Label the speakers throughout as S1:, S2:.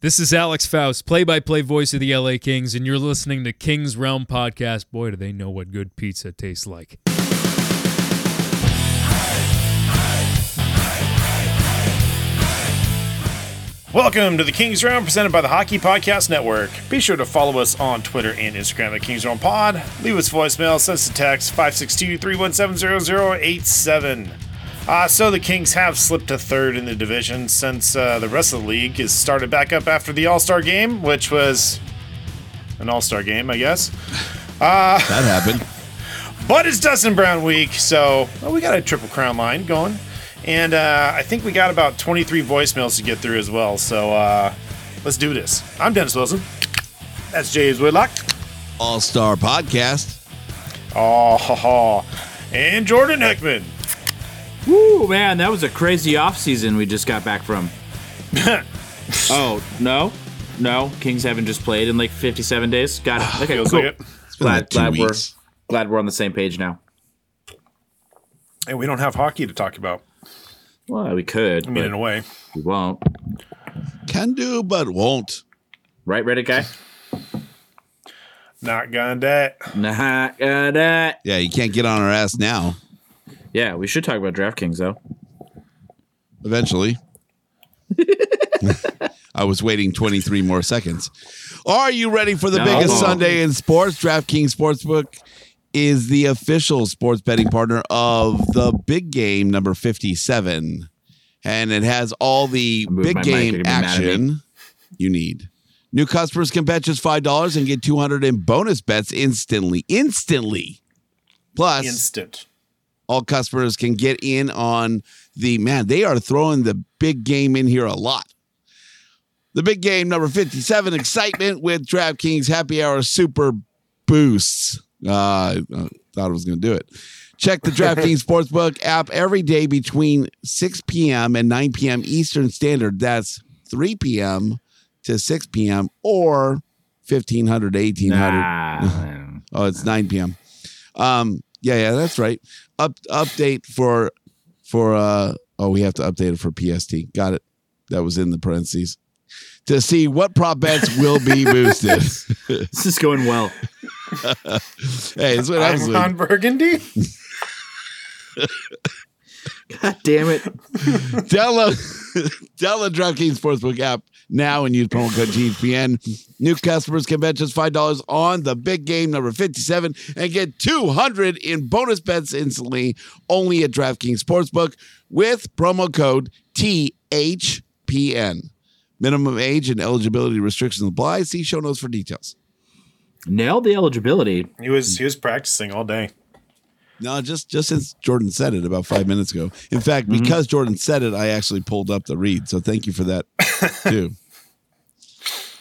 S1: This is Alex Faust, play by play voice of the LA Kings, and you're listening to Kings Realm Podcast. Boy, do they know what good pizza tastes like.
S2: Welcome to the Kings Round, presented by the Hockey Podcast Network. Be sure to follow us on Twitter and Instagram at Kings Round Pod. Leave us voicemail, send us a text, 562-317-0087. Uh, so the Kings have slipped to third in the division since uh, the rest of the league is started back up after the All-Star game, which was an All-Star game, I guess.
S3: That happened.
S2: But it's Dustin Brown week, so well, we got a triple crown line going. And uh, I think we got about 23 voicemails to get through as well. So uh, let's do this. I'm Dennis Wilson. That's James Whitlock.
S3: All Star Podcast.
S2: Oh, ha, ha. And Jordan Heckman.
S4: Woo, man, that was a crazy offseason we just got back from. oh, no? No, Kings haven't just played in like 57 days. Got it. Okay,
S2: Feels
S4: cool.
S2: like it.
S3: like
S4: Glad,
S3: two
S4: glad, we're,
S3: weeks.
S4: glad we're on the same page now.
S2: And we don't have hockey to talk about.
S4: Well, we could,
S2: I mean, in a
S4: but
S2: way.
S4: we won't.
S3: Can do, but won't.
S4: Right, Reddit guy?
S2: Not gonna that.
S4: Nah, uh, nah.
S3: Yeah, you can't get on our ass now.
S4: Yeah, we should talk about DraftKings, though.
S3: Eventually. I was waiting 23 more seconds. Are you ready for the
S4: No.
S3: biggest Sunday in sports? DraftKings Sportsbook is the official sports betting partner of the big game number 57. And it has all the
S4: moved
S3: big
S4: my mic,
S3: game
S4: they're gonna be mad at me.
S3: action you need. New customers can bet just $5 and get 200 in bonus bets instantly. Instantly. Plus,
S2: Instant.
S3: all customers can get in on the man. They are throwing the big game in here a lot. The big game number 57 excitement with DraftKings Happy Hour Super Boosts. Uh, I thought I was going to do it. Check the DraftKings Sportsbook app every day between 6 p.m. and 9 p.m. Eastern Standard. That's 3 p.m. to 6 p.m. or 1500 to 1800.
S4: Nah.
S3: Oh, it's 9 p.m. Um, yeah, yeah, that's right. Up update for for uh oh, we have to update it for PST. Got it. That was in the parentheses. To see what prop bets will be boosted.
S4: this is going well.
S3: hey, that's what
S2: I'm
S3: happens.
S2: on
S3: when-
S2: Burgundy.
S4: God damn it.
S3: Download download DraftKings Sportsbook app now and use promo code GPN. New customers can bet just five dollars on the big game number fifty-seven and get two hundred in bonus bets instantly. Only at DraftKings Sportsbook with promo code THPN. Minimum age and eligibility restrictions apply. See show notes for details.
S4: Nailed the eligibility.
S2: He was he was practicing all day.
S3: No, just just since Jordan said it about five minutes ago. In fact,
S4: Mm-hmm.
S3: because Jordan said it, I actually pulled up the read. So thank you for that too.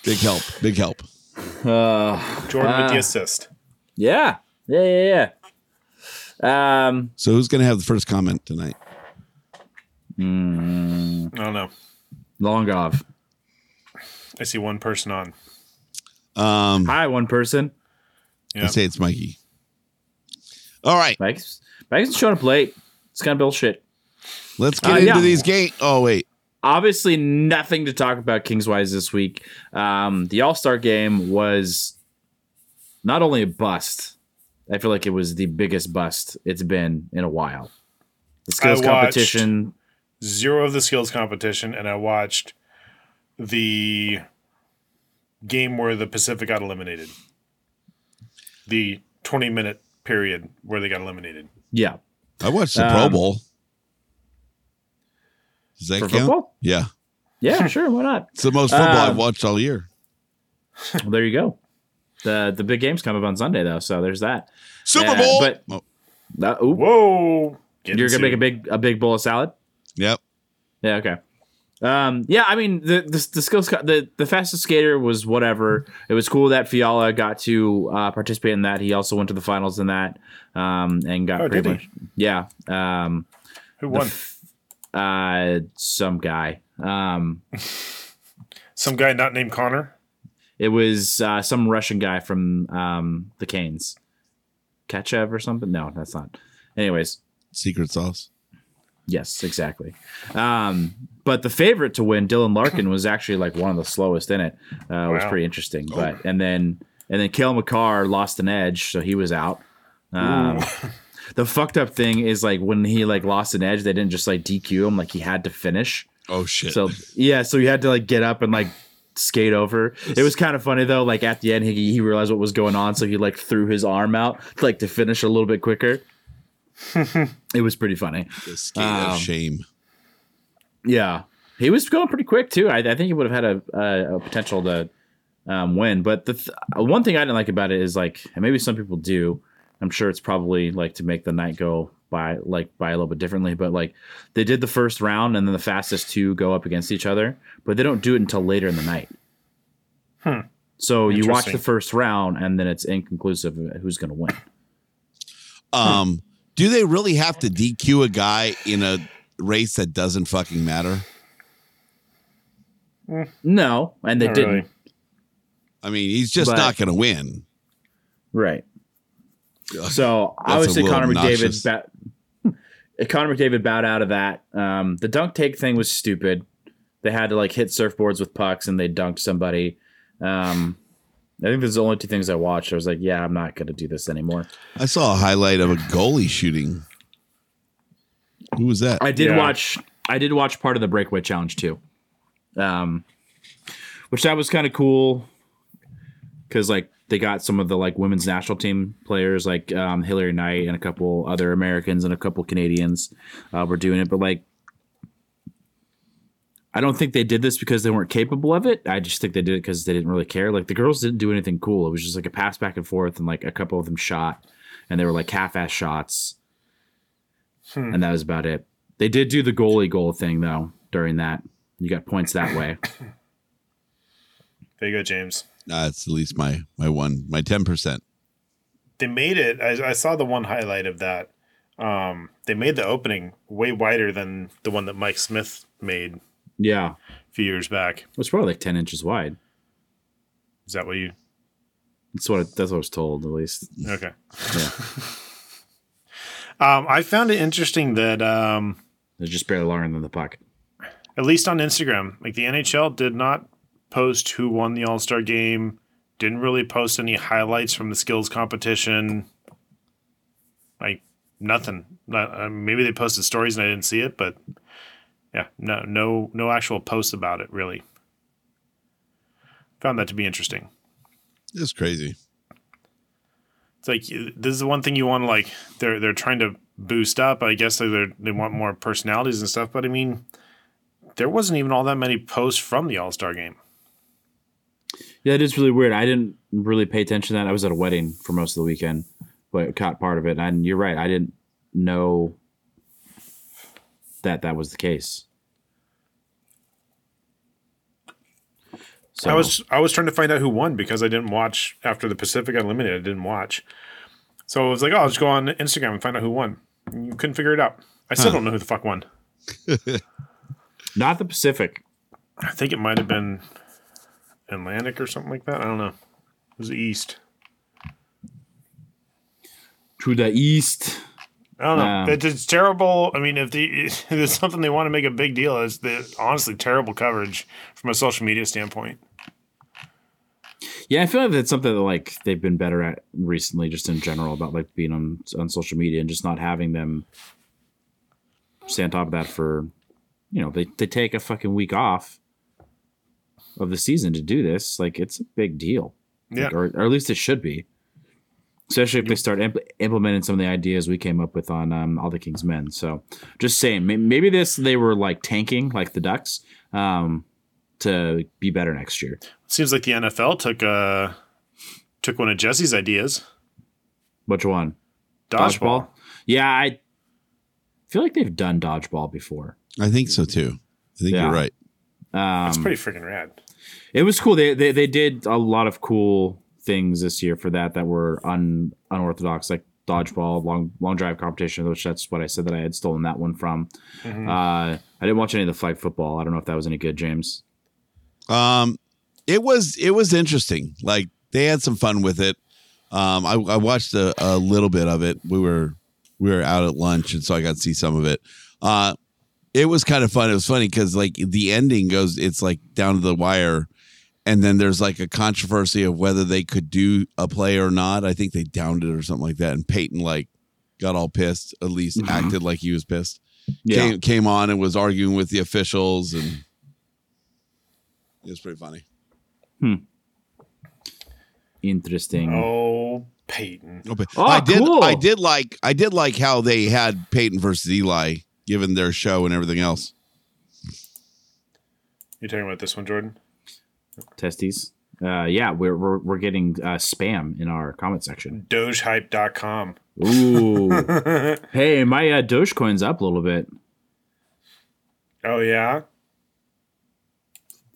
S3: big help. Big help.
S2: Jordan with
S4: Ah.
S2: the assist.
S4: Yeah. Yeah, yeah, yeah. Um,
S3: So who's gonna have the first comment tonight?
S2: I don't know.
S4: long off.
S2: I see one person on.
S3: Um
S4: Hi, one person.
S2: Yeah.
S3: I say it's Mikey. All right,
S4: Mike's Mike's showing up late. It's kind of bullshit.
S3: let's get
S4: Uh,
S3: into
S4: yeah.
S3: these game. Oh wait.
S4: Obviously, nothing to talk about Kingswise this week. Um, the All Star game was not only a bust. I feel like it was the biggest bust it's been in a while. The skills
S2: I watched-
S4: competition.
S2: zero of the skills competition and I watched the game where the Pacific got eliminated. The 20 minute period where they got eliminated.
S4: Yeah.
S3: I watched the Pro
S4: Um,
S3: Bowl. Does that
S4: for
S3: count?
S4: football?
S3: Yeah,
S4: Yeah, sure. Why not?
S3: it's the most football
S4: Uh,
S3: I've watched all year.
S4: Well, there you go. The the big games come up on Sunday though, so there's that.
S3: Super
S4: uh,
S3: Bowl.
S4: but-
S3: Oh,
S4: Uh, oop,
S2: Whoa. Getting
S4: you're gonna make a
S2: sued.
S4: big a big bowl of salad.
S3: yep.
S4: Yeah. Okay. Um, yeah, I mean the the, the skills co- the the fastest skater was whatever. It was cool that Fiala got to uh, participate in that. He also went to the finals in that um, and got
S2: Oh,
S4: pretty
S2: did
S4: much
S2: he?
S4: yeah. Um,
S2: Who won?
S4: uh, some guy. Um,
S2: Some guy not named Connor?
S4: it was uh, some Russian guy from um, the Canes, Kachev or something. No, that's not. Anyways,
S3: Secret sauce.
S4: Yes, exactly. Um, but the favorite to win, Dylan Larkin, was actually like one of the slowest in it. Uh, it was
S2: Wow.
S4: pretty interesting. But and then and then Kale McCarr lost an edge, so he was out. Um, the fucked up thing is like when he like lost an edge, they didn't just like DQ him; like he had to finish.
S3: Oh shit.
S4: So yeah, so he had to like get up and like skate over. It was kind of funny though. Like at the end, he, he realized what was going on, so he like threw his arm out like to finish a little bit quicker. it was pretty funny.
S3: the skate of
S4: um,
S3: shame.
S4: Yeah, he was going pretty quick too. I, I think he would have had a, a, a potential to um, win. But the th- one thing I didn't like about it is like, and maybe some people do. I'm sure it's probably like to make the night go by like by a little bit differently. But like they did the first round, and then the fastest two go up against each other. But they don't do it until later in the night. So you watch
S2: Hmm. Interesting.
S4: the first round, and then it's inconclusive of who's going to win.
S3: Um, do they really have to DQ a guy in a race that doesn't fucking matter?
S4: No, and they
S2: Not
S4: didn't.
S2: really.
S3: I mean, he's just
S4: But-
S3: not going to win.
S4: Right. So I would
S3: a
S4: say
S3: little
S4: Connor
S3: obnoxious.
S4: McDavid. Ba- Connor McDavid bowed out of that. Um, the dunk take thing was stupid. They had to like hit surfboards with pucks and they dunked somebody. Um, I think there's the only two things I watched. I was like, yeah, I'm not going to do this anymore.
S3: I saw a highlight of a goalie shooting. Who was that?
S4: I did
S2: Yeah.
S4: watch. I did watch part of the breakaway challenge too, um, which that was kind of cool because like they got some of the like women's national team players like um, Hillary Knight and a couple other Americans and a couple Canadians uh, were doing it, but like. I don't think they did this because they weren't capable of it. I just think they did it because they didn't really care. Like the girls didn't do anything cool. It was just like a pass back and forth, and like a couple of them shot, and they were like half-ass shots, Mm-hmm. and that was about it. They did do the goalie goal thing though during that. You got points that way.
S2: There you go, James.
S3: That's at least my my one my ten percent.
S2: They made it. I, I saw the one highlight of that. Um, they made the opening way wider than the one that Mike Smith made
S4: yeah,
S2: a few years back.
S4: it was probably like ten inches wide.
S2: Is that what you?
S4: That's what that's what I was told at least.
S2: Okay. um, I found it interesting that um,
S4: They're just barely longer than the puck.
S2: at least on Instagram, like the NHL did not post who won the All Star game, didn't really post any highlights from the skills competition. Like nothing. Not, uh, maybe they posted stories and I didn't see it, but yeah, no, no, no actual posts about it really. Found that to be interesting.
S3: It's crazy.
S2: It's like you- this is the one thing you want to like. They're they're trying to boost up. I guess they they're- they want more personalities and stuff. But I mean, there wasn't even all that many posts from the All Star game.
S4: Yeah, it is really weird. I didn't really pay attention to that. I was at a wedding for most of the weekend, but caught part of it. And you're right, I didn't know that that was the case. So
S2: I was I was trying to find out who won because I didn't watch after the Pacific got eliminated. I didn't watch, so I was like, oh, I'll just go on Instagram and find out who won. And you couldn't figure it out. I still don't know who the fuck won.
S4: not the Pacific.
S2: I think it might have been Atlantic or something like that. I don't know. It was the East.
S4: To the east.
S2: I don't know.
S4: Um,
S2: it's, it's terrible. I mean, if, the, if there's something they want to make a big deal, it's the honestly terrible coverage from a social media standpoint.
S4: Yeah, I feel like that's something that like they've been better at recently, just in general about like being on on social media and just not having them stay on top of that for, you know, they they take a fucking week off of the season to do this. Like it's a big deal.
S2: Yeah.
S4: Like, or, or at least it should be. Especially if they start impl- implementing some of the ideas we came up with on um, All the King's Men. So, just saying, may- maybe this they were like tanking, like the Ducks, um, to be better next year.
S2: Seems like the NFL took uh took one of Jesse's ideas.
S4: Which one?
S2: Dodgeball.
S4: Yeah, I feel like they've done dodgeball before.
S3: I think so too. I think
S4: Yeah.
S3: you're right.
S2: It's pretty freaking rad.
S4: It was cool. They, they they did a lot of cool things this year for that that were un unorthodox, like dodgeball, long long drive competition. Which that's what I said that I had stolen that one from. Uh, I didn't watch any of the flag football. I don't know if that was any good, James.
S3: Um, it was it was interesting. Like they had some fun with it. Um, I, I watched a, a little bit of it. We were we were out at lunch, and so I got to see some of it. Uh, it was kind of fun. It was funny because like the ending goes, it's like down to the wire, and then there's like a controversy of whether they could do a play or not. I think they downed it or something like that, and Peyton like got all pissed. At least acted like he was pissed.
S4: Yeah,
S3: Came, came on and was arguing with the officials, and it was pretty funny.
S4: interesting.
S2: Oh, Peyton.
S3: Oh, but
S4: Oh,
S3: I did.
S4: cool.
S3: I did like. I did like how they had Peyton versus Eli, given their show and everything else.
S2: You're talking about this one, Jordan?
S4: Testes. Uh, yeah, we're we're, we're getting uh, spam in our comment section.
S2: Dogehype.com.
S4: Ooh, hey, my uh, Dogecoin's up a little bit.
S2: Oh yeah?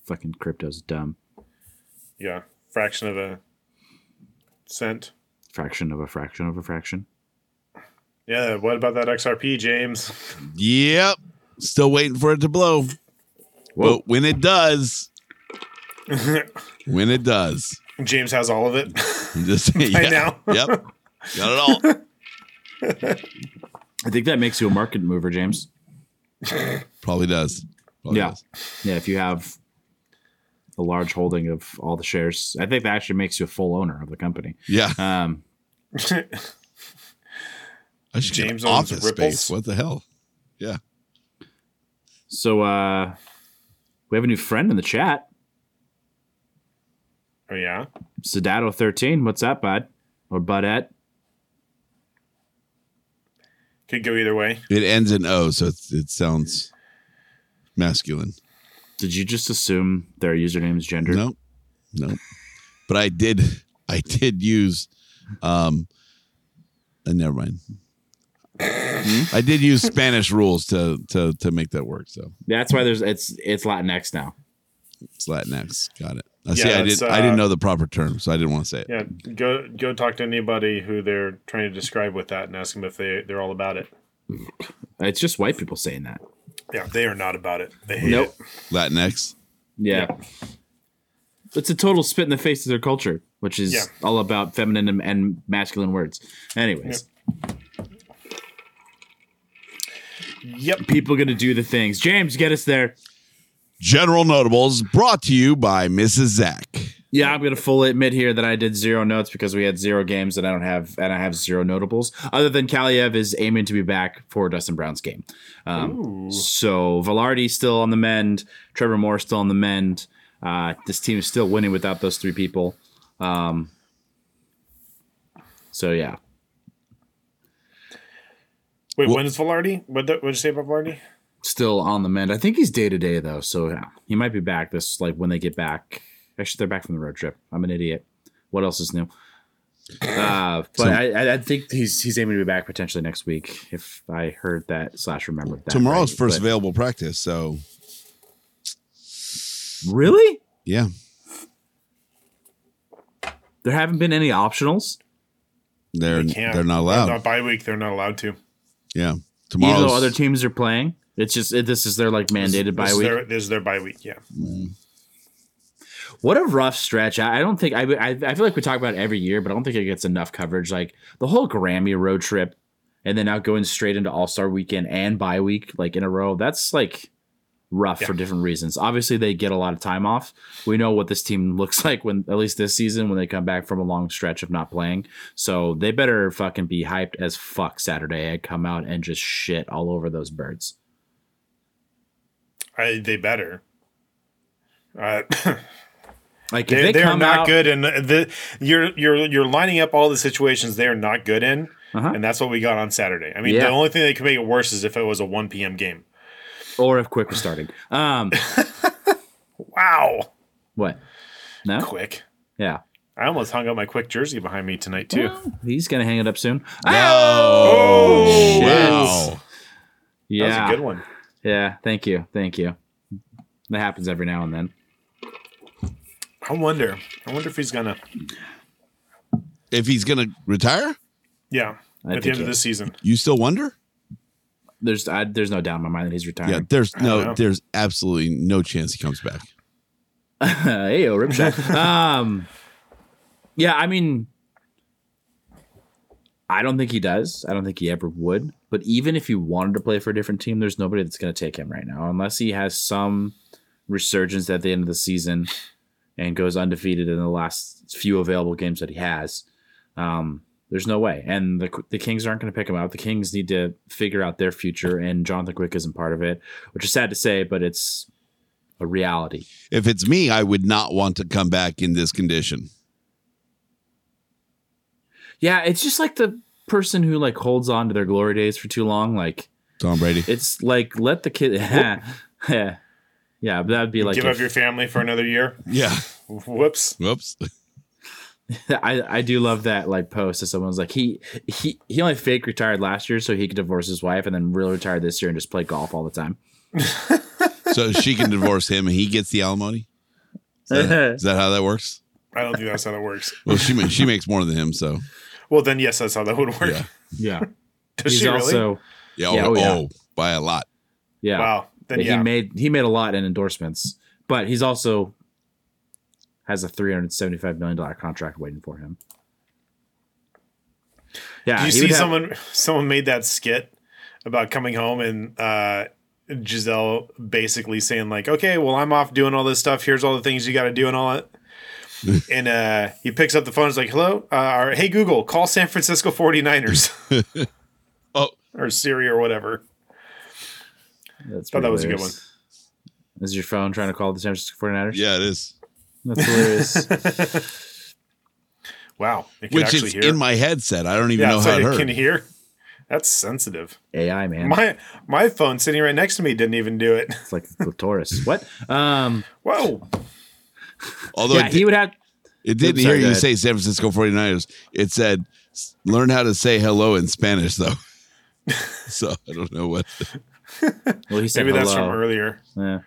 S4: Fucking crypto's dumb.
S2: Yeah. Fraction of a cent.
S4: Fraction of a fraction of a fraction.
S2: Yeah, what about that XRP, James?
S3: Yep. Still waiting for it to blow.
S4: Whoa.
S3: But when it does, when it does,
S2: James has all of it.
S3: I'm just saying.
S2: I
S3: yeah,
S2: know.
S3: yep. Got it all.
S4: I think that makes you a market mover, James.
S3: Probably does. Probably
S4: yeah.
S3: does.
S4: Yeah, if you have a large holding of all the shares, I think that actually makes you a full owner of the company.
S3: Yeah.
S4: Um,
S3: I should James
S2: James
S3: get
S2: owns
S3: office
S2: Ripples.
S3: space. What the hell? Yeah.
S4: so uh, we have a new friend in the chat,
S2: Oh yeah?
S4: Sedato13. What's up, bud? Or budette?
S2: Could go either way.
S3: It ends in O, so it's, it sounds masculine.
S4: Did you just assume their username is gender?
S3: No, no. But I did, I did use, um, uh, never mind. I did use Spanish rules to to to make that work. So
S4: That's why there's it's it's Latinx now.
S3: it's Latinx. Got it. I see. I
S2: it's,
S3: didn't. I didn't
S2: uh,
S3: know the proper term, so I didn't want to say it.
S2: Yeah, go go talk to anybody who they're trying to describe with that and ask them if they, they're all about it.
S4: It's just white people saying that.
S2: Yeah, they are not about it. They hate
S4: Nope.
S2: it.
S3: Latinx.
S4: Yeah. It's a total spit in the face of their culture, which is
S2: Yeah.
S4: all about feminine and- and masculine words. Anyways,
S2: Yep.
S4: people gonna do the things. James, get us there.
S3: General notables brought to you by Mrs. Zach.
S4: Yeah, I'm gonna fully admit here that I did zero notes because we had zero games and I don't have and I have zero notables other than Kaliev is aiming to be back for Dustin Brown's game. Um, so Velarde still on the mend, Trevor Moore still on the mend. Uh, this team is still winning without those three people. Um, so yeah,
S2: Wait, when is Velarde? What did you say about Velarde?
S4: still on the mend. I think he's day to day though, so yeah, he might be back this like when they get back. Actually, they're back from the road trip. I'm an idiot. What else is new? Uh, but I I, I think he's he's aiming to be back potentially next week if I heard that slash remembered that.
S3: Tomorrow's
S4: right.
S3: first
S4: But-
S3: available practice. So
S4: Really?
S3: yeah,
S4: There haven't been any optionals.
S3: they're they
S2: Can't.
S3: are not allowed.
S2: Not by week. They're not allowed to.
S3: yeah,
S4: Even
S3: tomorrow's
S4: though other teams are playing, it's just it, this is their like mandated
S2: This
S4: bye
S2: is
S4: week.
S2: Their, this is their bye week. Yeah.
S4: What a rough stretch. I I don't think I, I I feel like we talk about it every year, but I don't think it gets enough coverage. Like the whole Grammy road trip and then now going straight into All Star weekend and bye week, like in a row, that's like rough for different reasons. Obviously, they get a lot of time off. We know what this team looks like when, at least this season, when they come back from a long stretch of not playing. So they better fucking be hyped as fuck Saturday and come out and just shit all over those birds.
S2: I, they better. Uh,
S4: Like if
S2: They,
S4: they,
S2: they are
S4: come
S2: not
S4: out,
S2: good, and the, you're you're you're lining up all the situations they are not good in, and that's what we got on Saturday. I mean, the
S4: Uh-huh. Yeah.
S2: only thing that could make it worse is if it was a 1 p.m. game.
S4: or if Quick was starting. Um,
S2: Wow,
S4: what? No.
S2: quick!
S4: Yeah.
S2: I almost hung up my quick jersey behind me tonight too.
S4: He's gonna hang it up soon.
S2: Oh,
S3: Wow.
S4: yeah.
S2: that was a good one.
S4: Yeah. Thank you. Thank you. That happens every now and then.
S2: I wonder. I wonder if he's gonna.
S3: If he's going to retire,
S2: Yeah,
S4: I
S2: at
S4: think
S2: the end of
S4: he-
S2: the season.
S3: you still wonder?
S4: There's I, there's no doubt in my mind that he's retiring.
S3: Yeah, there's
S2: don't
S3: no,
S2: know.
S3: there's absolutely no chance he comes back.
S4: hey, yo, rip shot. um, yeah, I mean, I don't think he does. I don't think he ever would. But even if he wanted to play for a different team, there's nobody that's going to take him right now, unless he has some resurgence at the end of the season and goes undefeated in the last few available games that he has. Um, there's no way, and the the Kings aren't going to pick him up. The Kings need to figure out their future, and Jonathan Quick isn't part of it, which is sad to say, but it's a reality.
S3: If it's me, I would not want to come back in this condition.
S4: Yeah, it's just like the person who like holds on to their glory days for too long. Like
S3: Tom Brady.
S4: it's like let the kid. yeah, yeah, but that'd be like
S2: Give
S4: if-
S2: up your family for another year.
S3: Yeah.
S2: Whoops.
S3: Whoops.
S4: I I do love that like post that someone's like he he he only fake retired last year so he could divorce his wife and then really retired this year and just play golf all the time.
S3: So she can divorce him and he gets the alimony. Is that- is that how that works?
S2: I don't think that's how that works.
S3: Well, she ma- she makes more than him, so
S2: Well, then yes, that's how that would work.
S3: Yeah.
S4: Yeah,
S2: Does
S4: he's
S2: she really?
S4: also
S3: yeah.
S4: Yeah,
S3: oh,
S4: oh, yeah.
S3: oh, by a lot.
S4: yeah.
S2: Wow. Then
S4: Yeah,
S2: yeah.
S4: He made he made a lot in endorsements, but he's also has a three hundred seventy five million dollar contract waiting for him. Yeah,
S2: Do you
S4: he
S2: see
S4: would have-
S2: someone? Someone made that skit about coming home and uh, Giselle basically saying like, "Okay, well, I'm off doing all this stuff. Here's all the things you got to do and all that." and uh, he picks up the phone. He's like, "Hello, uh, or, hey Google, call San Francisco 49ers
S3: Oh,
S2: or Siri or whatever."
S4: That's
S2: Thought that was a good
S4: hilarious. Is your phone trying to call the San Francisco 49ers?
S3: yeah, it is.
S4: That's hilarious.
S2: Wow, it can
S3: Which
S2: actually
S3: is
S2: hear.
S3: in my headset. I don't even know
S2: so
S3: how it
S2: it can
S3: hurt.
S2: hear. That's sensitive.
S4: AI man.
S2: My my phone sitting right next to me didn't even do it.
S4: it's like a clitoris. what? Um
S2: Whoa.
S3: Although
S4: yeah,
S3: it, did,
S4: he would have
S3: it didn't
S4: Oops, sorry,
S3: hear
S4: go
S3: you
S4: ahead.
S3: say San Francisco 49ers. It said "S- learn how to say hello in Spanish though. so I don't know what
S4: well he said
S2: Maybe that's from
S4: hello.
S2: earlier.
S4: Yeah.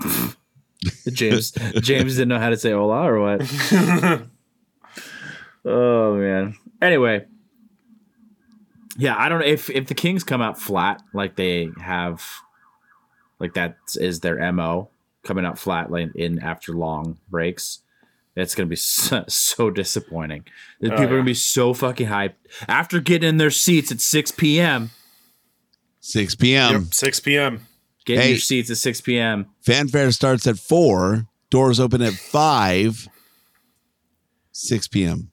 S4: James James didn't know how to say hola or what? oh man. Anyway. Yeah, I don't know if if the Kings come out flat like they have like that is their MO coming out flat like in after long breaks. It's going to be so, so disappointing. The people are going to be so fucking hyped after getting in their seats at 6 p.m.
S3: 6 p.m.
S2: yep, 6 p.m.
S4: Getting
S3: Hey.
S4: your seats at 6 p.m.
S3: Fanfare starts at four. Doors open at five. Six p.m.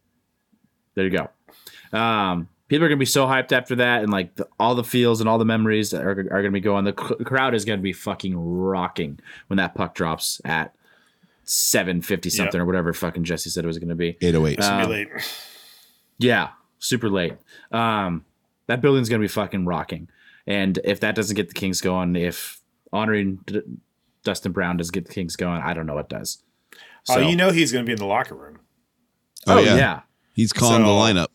S4: There you go. Um, people are going to be so hyped after that, and like the, all the feels and all the memories that are, are going to be going. The c- crowd is going to be fucking rocking when that puck drops at seven fifty something or whatever fucking Jesse said it was going to be.
S3: Eight oh eight.
S2: Be late.
S4: Yeah, super late. Um, that building's going to be fucking rocking. And if that doesn't get the Kings going, if honoring D- Dustin Brown doesn't get the Kings going, I don't know what does.
S2: Oh,
S4: So-
S2: you know he's going to be in the locker room.
S4: Oh, yeah. yeah.
S3: He's calling the
S2: So-
S3: lineup.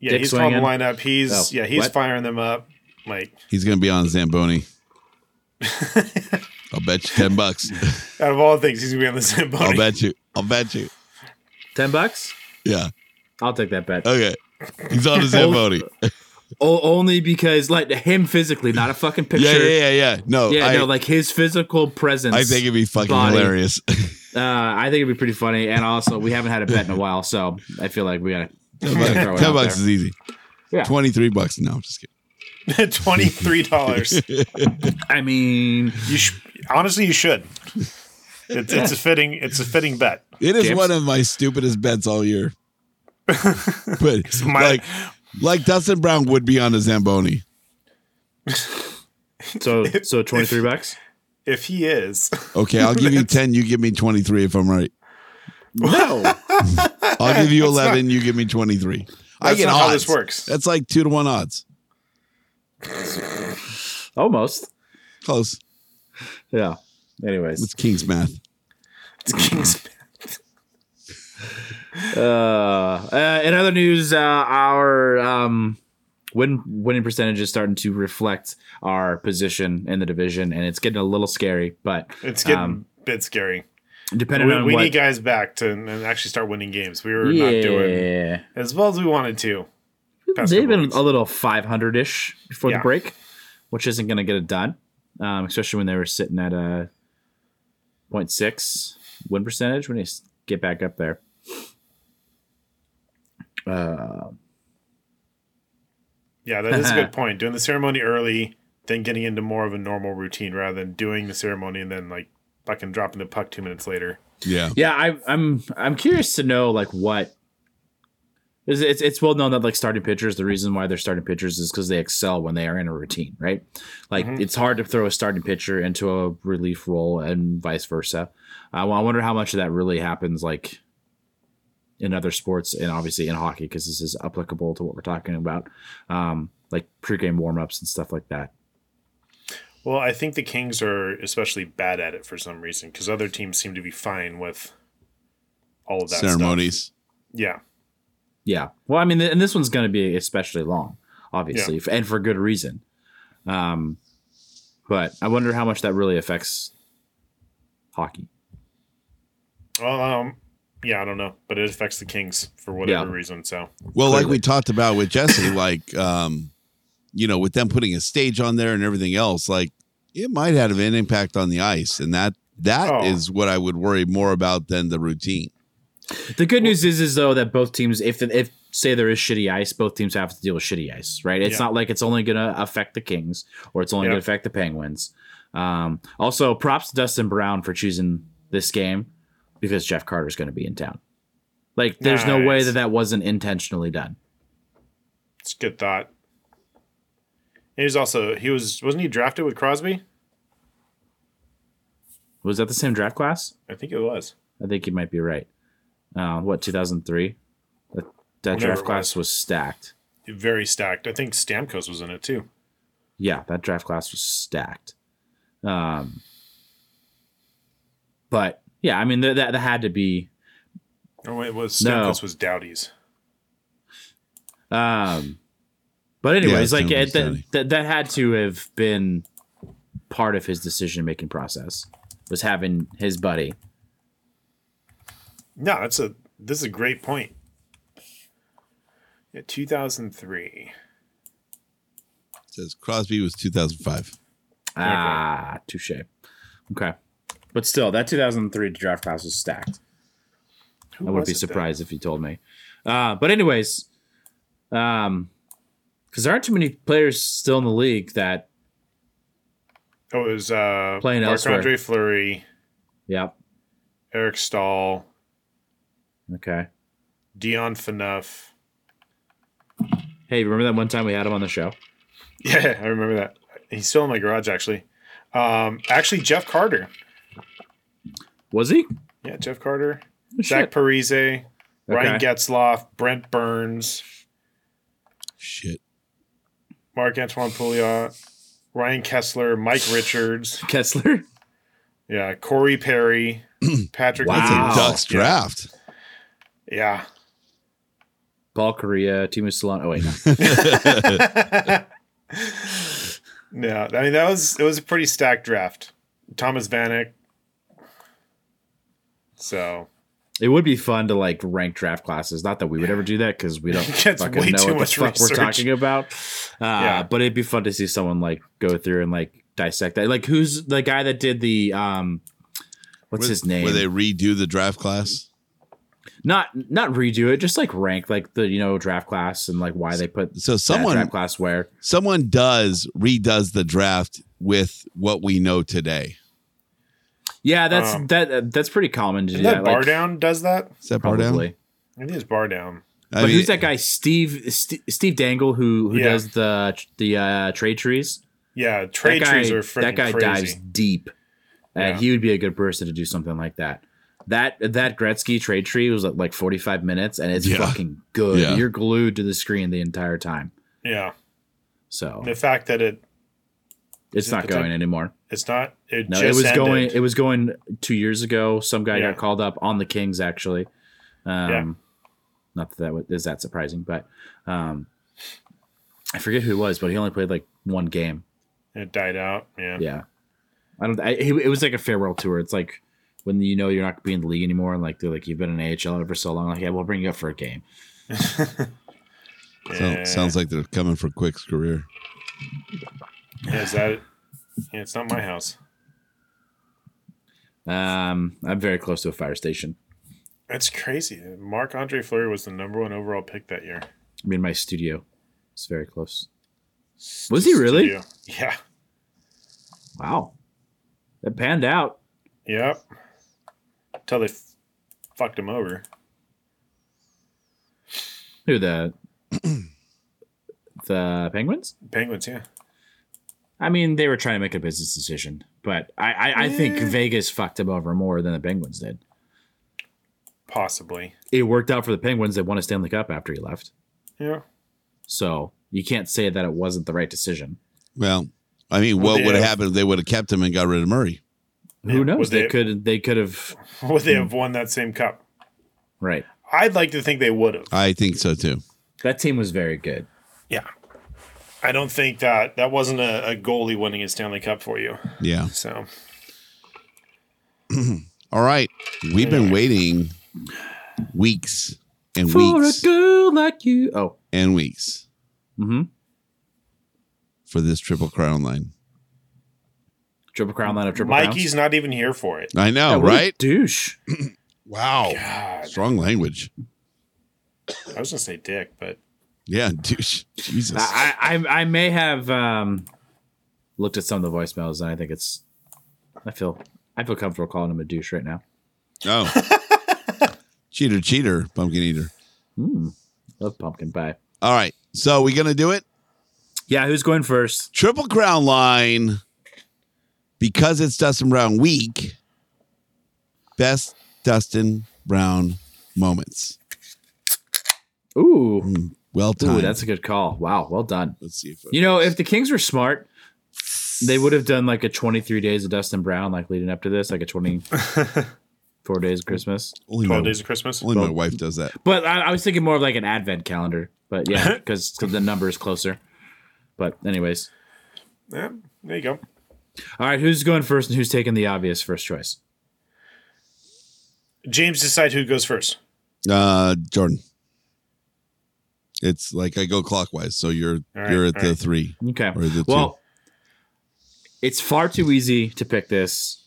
S2: Yeah,
S4: Dick
S2: he's calling the
S4: swinging.
S2: lineup. He's
S4: Oh,
S2: yeah, he's
S4: what?
S2: firing them up. Like
S3: He's going to be on Zamboni. I'll bet you ten bucks.
S2: out of all things, he's gonna be on the
S3: I'll
S2: Zamboni.
S3: bet you. I'll bet you.
S4: Ten bucks?
S3: Yeah.
S4: I'll take that bet.
S3: Okay. He's on the Zamboni.
S4: O- only because like him physically, not a fucking picture.
S3: Yeah, yeah, yeah, yeah. No,
S4: Yeah,
S3: I,
S4: no, like his physical presence.
S3: I think it'd be fucking
S4: body.
S3: hilarious.
S4: Uh, I think it'd be pretty funny, and also we haven't had a bet in a while, so I feel like we gotta.
S3: ten bucks,
S4: Throw it
S3: ten
S4: out
S3: bucks
S4: there.
S3: is easy.
S4: Yeah.
S3: Twenty three bucks. No, I'm just kidding.
S2: Twenty three dollars.
S4: I mean,
S2: you sh- honestly, you should. It's, it's a fitting. It's a fitting bet.
S3: It is
S4: James?
S3: one of my stupidest bets all year. but
S2: my-
S3: like, like Dustin Brown would be on a Zamboni.
S4: so so twenty three bucks.
S2: If he is,
S3: Okay, I'll give you ten. You give me twenty three if I'm right.
S4: No.
S3: I'll give you 11. you give me 23. I
S2: that's
S3: get
S2: not
S3: odds.
S2: how this works.
S3: That's like two to one odds.
S4: Almost.
S3: Close.
S4: Yeah. Anyways.
S3: It's King's math.
S2: It's King's.
S4: Uh, in other news, uh, our um, win winning percentage is starting to reflect our position in the division, and it's getting a little scary. But
S2: It's getting
S4: um,
S2: a bit scary.
S4: depending
S2: We,
S4: on
S2: we
S4: what,
S2: need guys back to and actually start winning games. We were
S4: yeah,
S2: not doing as well as we wanted to. Past
S4: they've
S2: couple
S4: been
S2: weeks.
S4: a little 500 ish before
S2: Yeah.
S4: the break, which isn't going to get it done, um, especially when they were sitting at a 0.6 win percentage when they s- get back up there.
S2: Yeah, that is a good point. Doing the ceremony early, then getting into more of a normal routine rather than doing the ceremony and then like fucking dropping the puck two minutes later.
S3: Yeah.
S4: Yeah, I, I'm I'm curious to know like what is it's it's well known that like starting pitchers, the reason why they're starting pitchers is because they excel when they are in a routine, right? Like it's hard to throw a starting pitcher into a relief role and vice versa. I, wa- I wonder how much of that really happens like in other sports and obviously in hockey because this is applicable to what we're talking about, um, like pregame warmups and stuff like that.
S2: Well, I think the Kings are especially bad at it for some reason because other teams seem to be fine with all of that
S3: Ceremonies.
S2: Stuff. Yeah,
S4: Yeah. Well, I mean, th- and this one's going to be especially long, obviously, f- and for good reason. Um, but I wonder how much that really affects hockey.
S2: Well, um, yeah, I don't know, but it affects the Kings for whatever
S4: Yeah.
S2: reason. So
S3: Well, like we talked about with Jesse, like um, you know, with them putting a stage on there and everything else, like it might have an impact on the ice, and that that is
S2: Oh.
S3: what I would worry more about than the routine.
S4: The good news is, is though, that both teams, if if say there is shitty ice, both teams have to deal with shitty ice, right? It's
S2: Yeah.
S4: not like it's only going to affect the Kings or it's only
S2: Yeah.
S4: going to affect the Penguins. Um, also, props to Dustin Brown for choosing this game because Jeff Carter's going to be in town. Like, there's no way
S2: Nice.
S4: that that wasn't intentionally done.
S2: it's a good thought. He was also he was wasn't he drafted with Crosby?
S4: Was that the same draft class?
S2: I think it was.
S4: I think you might be right. Uh, what 2003? That, that
S2: Whatever
S4: draft
S2: it
S4: class was stacked.
S2: Very stacked. I think Stamkos was in it too.
S4: Yeah, that draft class was stacked. Um, but yeah, I mean th- that that had to be.
S2: Or wait, it was
S4: No.
S2: Stamkos was Dowdy's.
S4: Um, but anyways,
S3: Yeah,
S4: like
S3: Tim
S4: it,
S3: was
S4: that,
S3: Downey.
S4: that that had to have been part of his decision making process was having his buddy.
S2: No, that's a this is a great point. Yeah, two thousand three.
S3: It says Crosby was two thousand five.
S4: Ah, touche. Okay, but still, that 2003 draft class was stacked. I wouldn't be surprised if you told me. Uh, but anyways, um, because there aren't too many players still in the league that,
S2: Oh, it was uh,
S4: Playing
S2: Marc
S4: elsewhere.
S2: Andre Fleury,
S4: yeah,
S2: Eric Stahl,
S4: okay.
S2: Dion Phaneuf.
S4: Hey, remember that one time we had him on the show?
S2: Yeah, I remember that. He's still in my garage, actually. Um, actually, Jeff Carter.
S4: Was he? Oh,
S2: Yeah, Jeff Carter,
S4: Shit.
S2: Zach Parise, Ryan
S4: Okay.
S2: Getzloff, Brent Burns,
S3: Shit.
S2: Mark Antoine Pouliot, Ryan Kessler, Mike Richards,
S4: Kessler.
S2: yeah, Corey Perry, Patrick.
S4: Wow.
S3: That's
S4: Wow.
S3: a Ducks
S2: Yeah.
S3: draft.
S2: Yeah.
S4: Paul Korea, Timo Solano. Oh wait, no.
S2: Yeah, I mean that was it was a pretty stacked draft. Thomas Vanek. So
S4: it would be fun to like rank draft classes. Not that we would ever do that because we don't
S2: That's way
S4: fucking know
S2: too
S4: what the fuck
S2: much
S4: we're
S2: research.
S4: talking about. Uh,
S2: Yeah.
S4: But it'd be fun to see someone like go through and like dissect that. Like who's the guy that did the um, what's
S3: Where-
S4: his name?
S3: Where they redo the draft class.
S4: not not redo it, just like rank like the you know draft class and like why they put
S3: So
S4: that
S3: someone
S4: draft class where.
S3: someone does redoes the draft with what we know today.
S4: Yeah, that's
S2: Um,
S4: that that's pretty common to do
S2: isn't
S4: that.
S2: that
S4: Like,
S2: Bar Down does that?
S3: Is that part down?
S4: probably.
S2: It is Bar Down.
S3: I
S4: But
S3: mean,
S4: who's that guy? Steve St- Steve Dangle who who
S2: Yeah.
S4: does the the uh, trade trees.
S2: Yeah, trade
S4: that guy,
S2: trees are freaking
S4: that guy
S2: crazy.
S4: dives deep. Uh,
S2: Yeah.
S4: He would be a good person to do something like that. That that Gretzky trade tree was at like 45 minutes, and it's
S3: Yeah.
S4: fucking good.
S3: Yeah.
S4: You're glued to the screen the entire time.
S2: Yeah.
S4: So
S2: And the fact that it
S4: it's not
S2: potent-
S4: going anymore.
S2: it's not it
S4: No,
S2: just
S4: it was
S2: ended.
S4: going. It was going two years ago. Some guy
S2: Yeah.
S4: got called up on the Kings actually. Um,
S2: Yeah.
S4: Not that that was, is that surprising, but um, I forget who it was, but he only played like one game.
S2: it died out. Yeah.
S4: Yeah, I don't. I, it it was like a farewell tour. It's like when you know you're not gonna be in the league anymore, and like they're like you've been in AHL for so long. Like yeah, we'll bring you up for a game.
S2: Yeah.
S3: So, sounds like they're coming for Quick's career.
S2: Yeah, is that it? Yeah, it's not my house.
S4: Um, I'm very close to a fire station.
S2: That's crazy. Mark Andre Fleury was the number one overall pick that year.
S4: I'm in my studio. It's very close. Was he really?
S2: Studio. Yeah.
S4: Wow, that panned out.
S2: Yep. Until they f- fucked him over.
S4: Who the the Penguins?
S2: Penguins, yeah.
S4: I mean, they were trying to make a business decision, but I I, I think Vegas fucked him over more than the Penguins did.
S2: Possibly.
S4: It worked out for the Penguins. They won a Stanley Cup after he left,
S2: Yeah.
S4: so you can't say that it wasn't the right decision.
S3: Well, I mean,
S2: Well,
S3: what
S2: they
S3: would have
S2: have-
S3: happened if they would have kept him and got rid of Murray?
S4: Who knows?
S2: was
S4: They
S2: it-
S4: could they could have
S2: Would they have won that same cup?
S4: right.
S2: I'd like to think they would have.
S3: I think so too.
S4: That team was very good.
S2: Yeah. I don't think that that wasn't a, a goalie winning a Stanley Cup for you.
S3: Yeah.
S2: So
S3: All right. We've been waiting weeks and weeks
S4: For a girl like you, oh,
S3: and weeks
S4: Mhm.
S3: for this triple crown line.
S4: triple crown line of triple
S2: Mikey's
S4: crowns.
S2: not even here for it.
S3: I know,
S4: Yeah, what a
S3: right?
S4: douche.
S3: Wow.
S2: God,
S3: Strong language.
S2: I was gonna say dick, but
S3: Yeah, douche. Jesus.
S4: I, I I may have um, looked at some of the voicemails, and I think it's. I feel I feel comfortable calling him a douche right now.
S3: oh. cheater, cheater, pumpkin eater.
S4: Love pumpkin pie.
S3: All right. So we gonna do it?
S4: Yeah, who's going first?
S3: Triple Crown line, because it's Dustin Brown week, best Dustin Brown moments.
S4: Ooh,
S3: Well timed.
S4: ooh, that's a good call. Wow, well done.
S3: Let's see if I-
S4: You know, if the Kings were smart, they would have done like a 23 days of Dustin Brown, like leading up to this, like a 24 days of Christmas.
S3: only,
S2: twelve
S3: my,
S2: days of Christmas.
S3: only my wife does that.
S4: But I, I was thinking more of like an advent calendar. But yeah, because the number is closer. But anyways,
S2: Yeah, there you go.
S4: all right, who's going first and who's taking the obvious first choice?
S2: James, decide who goes first.
S3: Uh, Jordan. It's like I go clockwise, so you're
S2: All right,
S3: you're at
S2: all
S3: the
S2: right.
S3: three.
S4: Okay.
S3: Or is it
S4: Well, it's far too easy to pick this,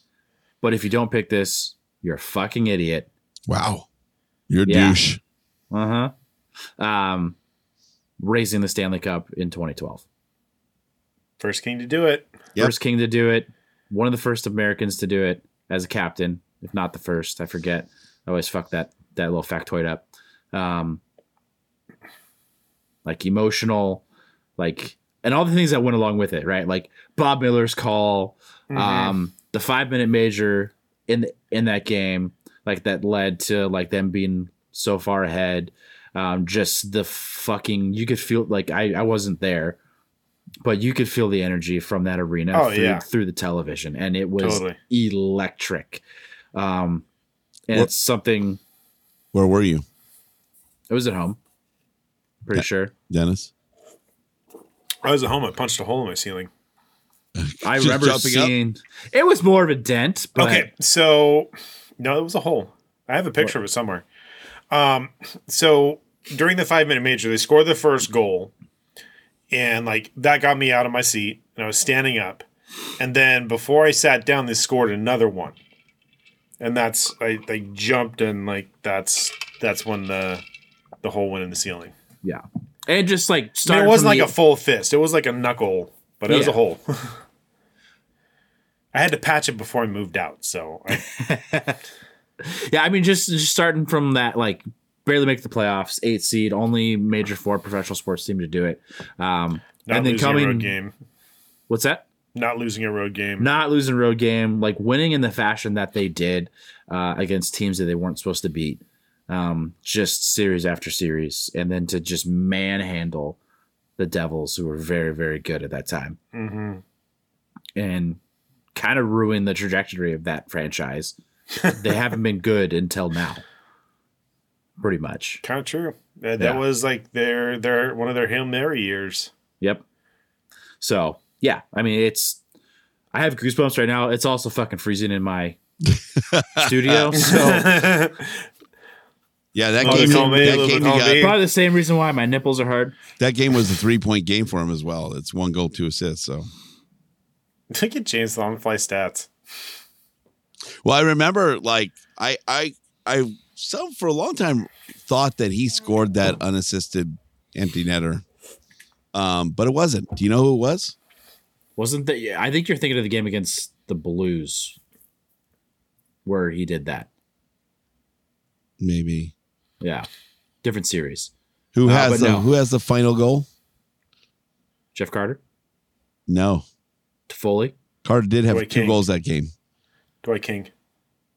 S4: but if you don't pick this, you're a fucking idiot.
S3: Wow, you're a
S4: Yeah.
S3: douche.
S4: Uh huh. Um, raising the Stanley Cup in 2012.
S2: First king to do it.
S3: Yep.
S4: First king to do it. One of the first Americans to do it as a captain, if not the first. I forget. I always fuck that that little factoid up. Um, like emotional, like and all the things that went along with it, right? Like Bob Miller's call, um, the five minute major in the, in that game, like that led to like them being so far ahead. Um, just the fucking you could feel like I I wasn't there, but you could feel the energy from that arena
S2: Oh,
S4: through,
S2: yeah.
S4: through the television, and it was
S2: Totally.
S4: electric. Um, and
S3: Well-
S4: it's something.
S3: Where were you,
S4: It was at home, pretty sure.
S3: Dennis?
S2: I was at home. I punched a hole in my ceiling.
S4: I
S3: Just
S4: remember
S3: jumping up?
S4: seeing it was more of a dent, but
S2: Okay, so no, it was a hole. I have a picture of it somewhere. Um, so during the five minute major, they scored the first goal, and like that got me out of my seat, and I was standing up. And then before I sat down, they scored another one, and that's I they jumped and like that's that's when the the hole went in the ceiling.
S4: yeah, and just like
S2: I mean,
S4: started
S2: it wasn't
S4: from
S2: like
S4: the-
S2: a full fist; it was like a knuckle, but it was a
S4: Yeah.
S2: hole. I had to patch it before I moved out, so I
S4: Yeah, I mean, just, just starting from that, like barely make the playoffs, eight seed, only major four professional sports team to do it. Um,
S2: not
S4: and then
S2: losing a road
S4: coming,
S2: game.
S4: what's that?
S2: Not losing a road game.
S4: not losing road game, like winning in the fashion that they did uh, against teams that they weren't supposed to beat, um, just series after series, and then to just manhandle the Devils, who were very, very good at that time, and kind of ruin the trajectory of that franchise. they haven't been good until now, pretty much.
S2: Kind of true. That,
S4: Yeah.
S2: that was like their their one of their hail mary years.
S4: Yep. So yeah, I mean it's. I have goosebumps right now. It's also fucking freezing in my studio. So
S3: Yeah, that
S2: Oh,
S3: game,
S2: they call me,
S3: that,
S2: they
S3: game he
S2: call
S3: got,
S2: me.
S4: Probably the same reason why my nipples are hard.
S3: that game was a three point game for him as well. It's one goal, two assists. So,
S2: Look at James Long fly stats.
S3: well, I remember like I I I so for a long time thought that he scored that unassisted empty netter, um, but it wasn't. Do you know who it was?
S4: Wasn't that? yeah, I think you're thinking of the game against the Blues, where he did that.
S3: Maybe
S4: Yeah, different series.
S3: who
S4: Uh,
S3: has
S4: but
S3: the
S4: no.
S3: who has the final goal?
S4: Jeff Carter,
S3: No,
S4: Foley.
S3: Carter did have
S2: Dwight
S3: two
S2: King.
S3: goals that game.
S2: Dwight King.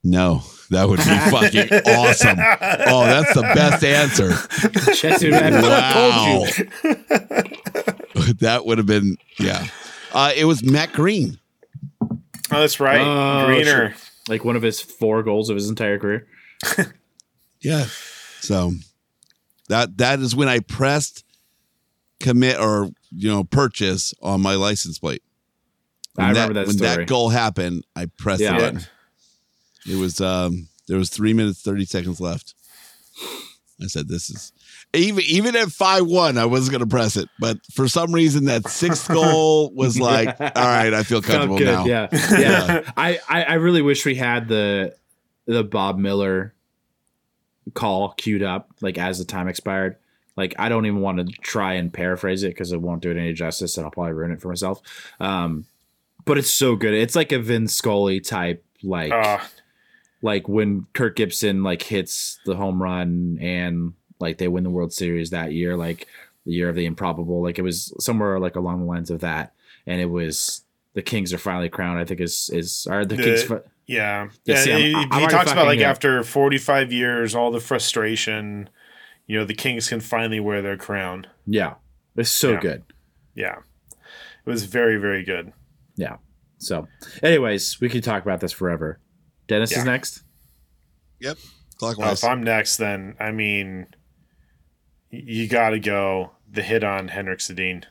S3: No, that would be fucking awesome. Oh, that's the best answer.
S4: That's what I
S3: Wow.
S4: told you.
S3: that would have been yeah. Uh, it was Matt Green.
S2: Oh, that's right.
S4: Oh,
S2: Greener.
S4: Like one of his four goals of his entire career.
S3: Yeah. So that that is when I pressed commit or you know purchase on my license plate. When
S4: I remember that
S3: when
S4: story.
S3: that goal happened, I pressed
S4: Yeah.
S3: the button. It was um there was three minutes thirty seconds left. I said this is even even at five one I wasn't gonna press it, but for some reason that sixth goal was like, all right, I feel
S4: Felt
S3: comfortable now.
S4: Yeah, yeah. I, I I really wish we had the the Bob Miller call queued up like as the time expired. Like I don't even want to try and paraphrase it because it won't do it any justice, and I'll probably ruin it for myself. Um, but it's so good. It's like a Vin Scully type, like
S2: Ah,
S4: like when Kirk Gibson like hits the home run and like they win the World Series that year, like the year of the improbable. Like it was somewhere like along the lines of that, and it was the Kings are finally crowned. I think is is are the,
S2: The-
S4: Kings. fi-
S2: yeah.
S4: Yeah,
S2: Yeah.
S4: see, I'm-
S2: he
S4: I'm
S2: he
S4: already
S2: talks about like
S4: fucking up.
S2: after 45 years, all the frustration, you know, the Kings can finally wear their crown.
S4: yeah, it's so
S2: Yeah.
S4: good.
S2: Yeah. It was very, very good.
S4: Yeah. So, anyways, we could talk about this forever. Dennis
S2: Yeah.
S4: is next.
S3: Yep.
S2: Uh,
S3: Clockwise.
S2: if I'm next, then I mean, y- you got to go the hit on Henrik Sedin.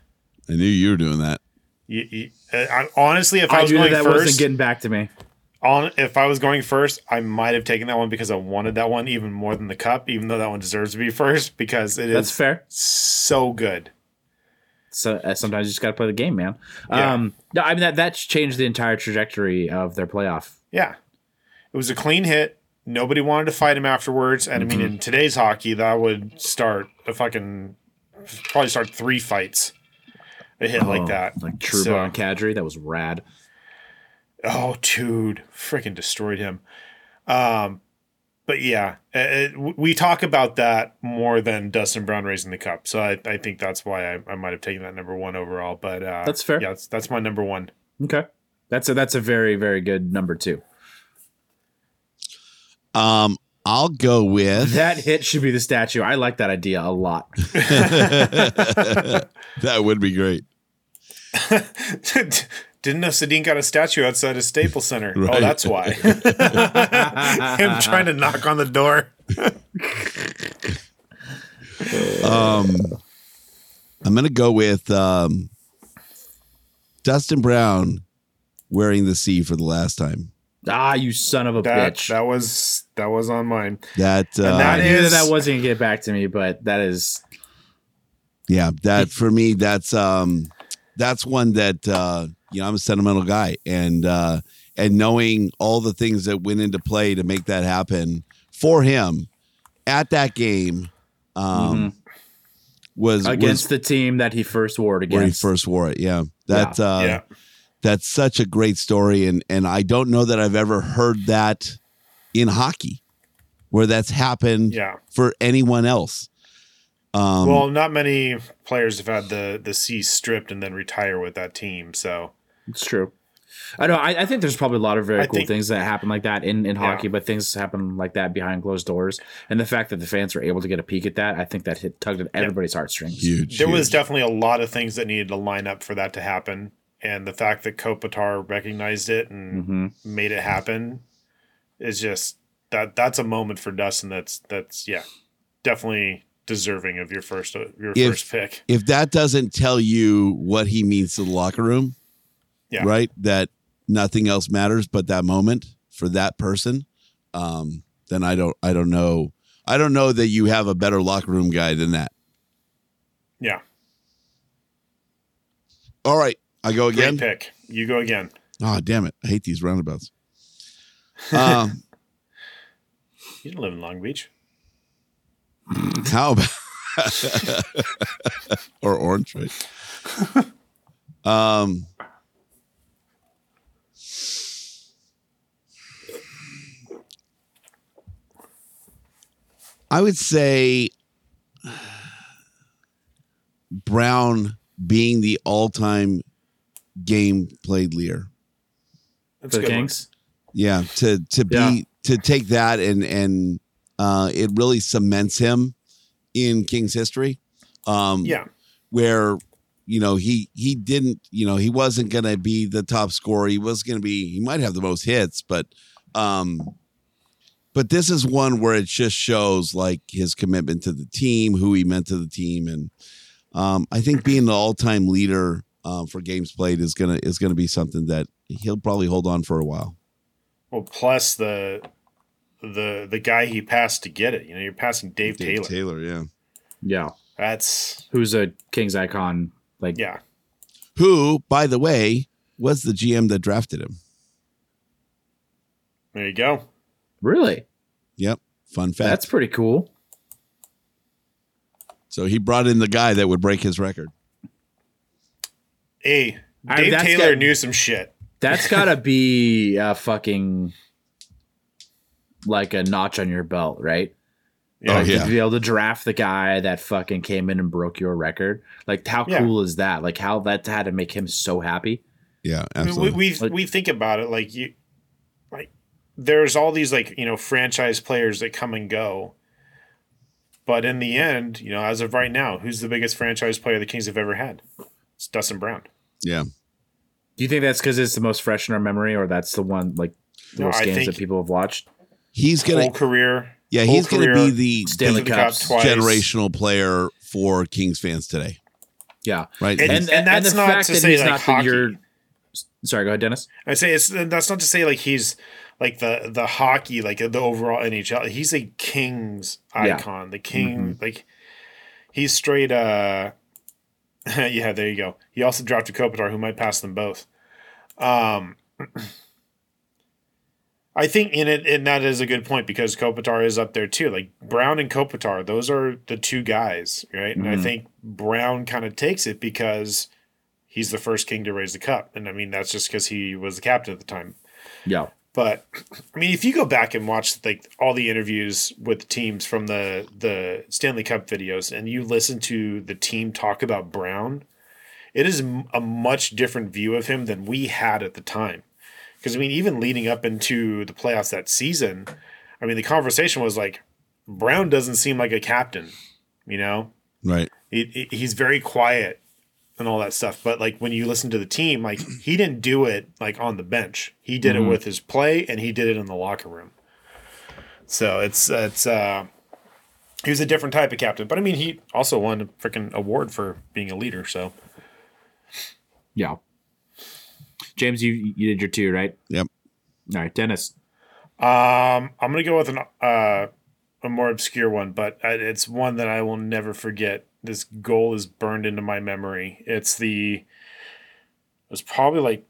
S3: I knew you were doing that.
S2: You, you, uh, I, honestly, if I,
S4: I,
S2: was
S4: knew
S2: going
S4: that wasn't
S2: first,
S4: getting back to me.
S2: on if I was going first, I might have taken that one because I wanted that one even more than the cup, even though that one deserves to be first because it is
S4: That's fair.
S2: so good.
S4: so uh, sometimes you just got to play the game, man.
S2: Yeah.
S4: Um, no, I mean that that's changed the entire trajectory of their playoff.
S2: Yeah, it was a clean hit. Nobody wanted to fight him afterwards, and I mean,
S4: Mm-hmm.
S2: in today's hockey, that would start a fucking probably start three fights. A hit like
S4: Oh,
S2: that,
S4: like Truba
S2: So-
S4: and Kadri. That was rad.
S2: Oh, dude, freaking destroyed him. Um, but yeah, uh, uh, we talk about that more than Dustin Brown raising the cup. So I, I think that's why I, I might have taken that number one overall. But uh,
S4: That's fair.
S2: Yeah, that's, that's my number one.
S4: Okay, that's a that's a very very good number two.
S3: Um, I'll go with
S4: That hit should be the statue. I like that idea a lot.
S3: that would be great.
S2: Didn't know Sedin got a statue outside his Staples Center. Oh,
S3: Right.
S2: that's why. Him trying to knock on the door.
S3: Um, I'm gonna go with um, Dustin Brown wearing the C for the last time.
S4: Ah, you son of a
S2: That
S4: bitch.
S2: that was that was on mine.
S3: That, uh,
S4: I
S2: that
S4: knew that
S2: is-
S4: that wasn't gonna get back to me, but that is
S3: yeah, that for me, that's um, that's one that uh, you know I'm a sentimental guy, and uh, and knowing all the things that went into play to make that happen for him at that game
S2: Mm-hmm.
S3: um, was
S4: against
S3: was
S4: the team that he first wore it
S3: where he
S4: against.
S3: first wore it. Yeah, that Uh,
S2: yeah,
S3: that's such a great story and and I don't know that I've ever heard that in hockey where that's happened
S2: yeah.
S3: for anyone else. Um
S2: well, not many players have had the the C stripped and then retire with that team. So
S4: It's true. I know. I, I think there's probably a lot of very
S2: I
S4: cool
S2: think-
S4: things that happen like that in, in hockey, but things happen like that behind closed doors. And the fact that the fans were able to get a peek at that, I think that hit, tugged at everybody's heartstrings.
S3: Huge.
S2: There
S3: huge.
S2: was definitely a lot of things that needed to line up for that to happen, and the fact that Kopitar recognized it and
S4: Mm-hmm.
S2: made it happen is just that that's a moment for Dustin. That's that's yeah, definitely deserving of your first uh, your
S3: If-
S2: first pick.
S3: if that doesn't tell you what he means to the locker room,
S2: Yeah.
S3: right? That nothing else matters but that moment for that person. Um, then I don't, I don't know, I don't know that you have a better locker room guy than that.
S2: Yeah,
S3: All right, I go
S2: great
S3: again.
S2: pick. You go again.
S3: Oh damn it! I hate these roundabouts. Um,
S2: You don't live in Long Beach.
S3: how about or orange, right? Um, I would say Brown being the all-time game played leader.
S2: That's
S4: For the
S2: a good one.
S4: Kings.
S3: Yeah, to to be
S4: Yeah.
S3: to take that and and uh, it really cements him in Kings history. Um,
S2: Yeah,
S3: where you know he he didn't you know he wasn't going to be the top scorer. He was going to be he might have the most hits, but um, but this is one where it just shows like his commitment to the team, who he meant to the team, and um, I think being the all time leader uh, for games played is gonna is gonna be something that he'll probably hold on for a while.
S2: Well, plus the the the guy he passed to get it. You know, you're passing Dave, Taylor.
S3: Taylor, yeah.
S4: Yeah.
S2: That's
S4: Who's a Kings icon. Like,
S2: yeah.
S3: who, by the way, was the GM that drafted him.
S2: There you go.
S4: really?
S3: Yep. Fun fact.
S4: That's pretty cool.
S3: so he brought in the guy that would break his record.
S2: Hey,
S4: I-
S2: Dave
S4: that's
S2: Taylor
S4: got-
S2: knew some shit.
S4: That's got to be a fucking like a notch on your belt, right?
S2: Yeah.
S3: Oh, yeah.
S4: To be able to draft the guy that fucking came in and broke your record. Like, how
S2: Yeah.
S4: cool is that? Like, how that had to make him so happy.
S3: Yeah,
S2: I mean, we
S3: absolutely.
S2: we,
S4: Like-
S2: we think about it like you like there's all these like you know franchise players that come and go but in the end you know as of right now who's the biggest franchise player the kings have ever had it's dustin brown
S3: yeah.
S4: Do you think that's because it's the most fresh in our memory, or that's the one like the
S2: No,
S4: most
S2: I
S4: games
S2: think-
S4: that people have watched?
S3: He's gonna
S2: whole career
S3: yeah,
S2: whole
S3: he's gonna
S2: career,
S3: be the
S4: Stanley
S2: been to Cup
S4: Cups
S2: twice.
S3: generational player for Kings fans today.
S4: Yeah,
S3: Right.
S2: And- that's not to say, like, hockey.
S4: Sorry, go ahead, Dennis.
S2: I say it's that's not to say like he's like the the hockey like the overall NHL. He's a Kings
S4: Yeah.
S2: icon. The King like he's straight. uh Yeah, there you go. He also dropped a Kopitar who might pass them both. Um. I think in it, and that is a good point because Kopitar is up there too. Like Brown and Kopitar, those are the two guys, right? And I think Brown kind of takes it because he's the first king to raise the cup. And I mean, that's just because he was the captain at the time.
S4: yeah,
S2: But I mean, if you go back and watch like all the interviews with the teams from the the Stanley Cup videos, and you listen to the team talk about Brown, it is m- a much different view of him than we had at the time. Because I mean, even leading up into the playoffs that season, I mean, the conversation was like, Brown doesn't seem like a captain, you know?
S3: Right.
S2: It, it, he's very quiet and all that stuff. But like when you listen to the team, like he didn't do it like on the bench. He did it with his play and he did it in the locker room. So it's it's uh he was a different type of captain. But I mean he also won a freaking award for being a leader, so
S4: yeah. James, you you did your two, right?
S3: Yep.
S4: All right, Dennis.
S2: um I'm gonna go with an uh a more obscure one, but I- it's one that I will never forget. This goal is burned into my memory. It's the it was probably like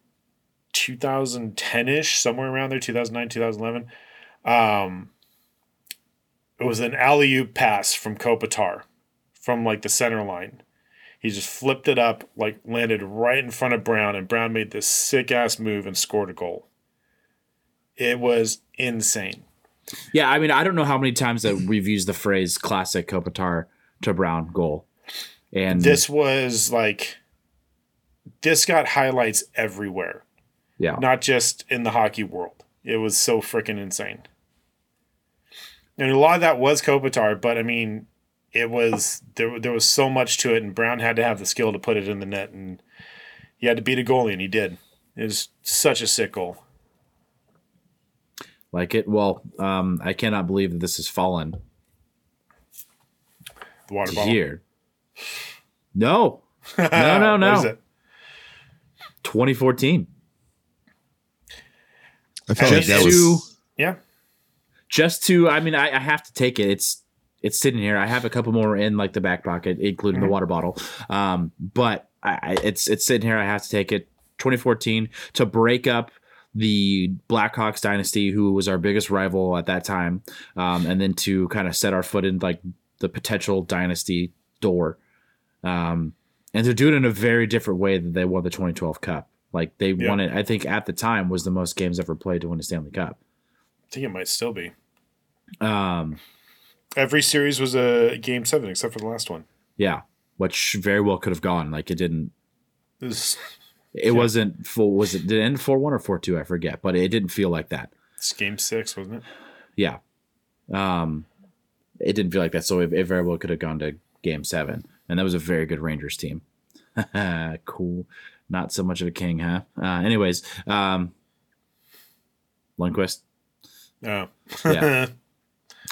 S2: 2010 ish, somewhere around there, 2009, 2011. Um, it was an alley oop pass from Kopitar from like the center line. He just flipped it up, like landed right in front of Brown, and Brown made this sick ass move and scored a goal. It was insane.
S4: Yeah, I mean, I don't know how many times that we've used the phrase "classic Mm-hmm. Kopitar to Brown goal," and
S2: This was like this got highlights everywhere,
S4: Yeah.
S2: not just in the hockey world. It was so freaking insane. And a lot of that was Kopitar, but I mean, it was there. There was so much to it, and Brown had to have the skill to put it in the net, and he had to beat a goalie, and he did. It was such a sick goal.
S4: like it. Well, um, I cannot believe that this has fallen
S2: The water
S4: to
S2: bottle.
S4: here. No, no, no,
S2: What is
S4: no.
S2: it?
S4: 2014.
S3: I felt
S2: Just
S3: like that
S4: to-
S3: was
S2: Yeah,
S4: Just to, I mean, I, I have to take it. It's it's sitting here. I have a couple more in like the back pocket, including the water bottle. Um, but I, I, it's it's sitting here. I have to take it. 2014 to break up the Blackhawks dynasty, who was our biggest rival at that time, um, and then to kind of set our foot in like the potential dynasty door, um, and to do it in a very different way than they won the 2012 Cup. Like they
S2: Yeah.
S4: won it, I think at the time was the most games ever played to win a Stanley Cup.
S2: I think it might still be.
S4: Um,
S2: Every series was a game seven except for the last one.
S4: yeah, which very well could have gone. Like it didn't.
S2: It was
S4: It wasn't full. Was it did it end four one or four two? I forget, but it didn't feel like that.
S2: it's game six, wasn't it?
S4: Yeah. Um, it didn't feel like that. So it, it very well could have gone to game seven. And that was a very good Rangers team. cool. Not so much of a king, huh? Uh, anyways, um, Lundquist.
S2: No.
S4: Yeah.